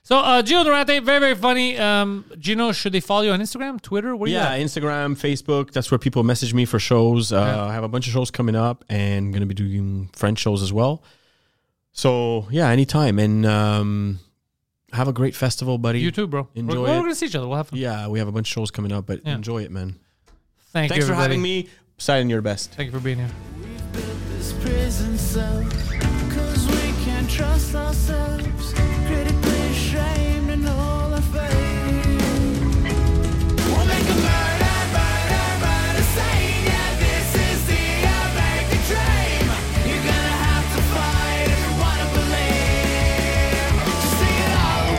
S2: So uh, Gino Durante, very very funny. Um, Gino, should they follow you on Instagram, Twitter? Where
S3: Yeah,
S2: you at?
S3: Instagram, Facebook. That's where people message me for shows. Uh, I have a bunch of shows coming up, and going to be doing French shows as well. So yeah, anytime, and um, have a great festival, buddy.
S2: You too, bro.
S3: Enjoy
S2: we're, we're
S3: it.
S2: gonna see each other. We'll have fun.
S3: Yeah, we have a bunch of shows coming up, but
S2: Yeah.
S3: enjoy it, man.
S2: Thank
S3: Thanks
S2: you,
S3: for
S2: everybody.
S3: having me. Signing your best.
S2: Thank you for being here.
S1: this prison cell Cause we can't trust ourselves Critically ashamed in all our faith We'll make a murder, murder, murder scene Yeah, this is the American dream You're gonna have to fight if you wanna believe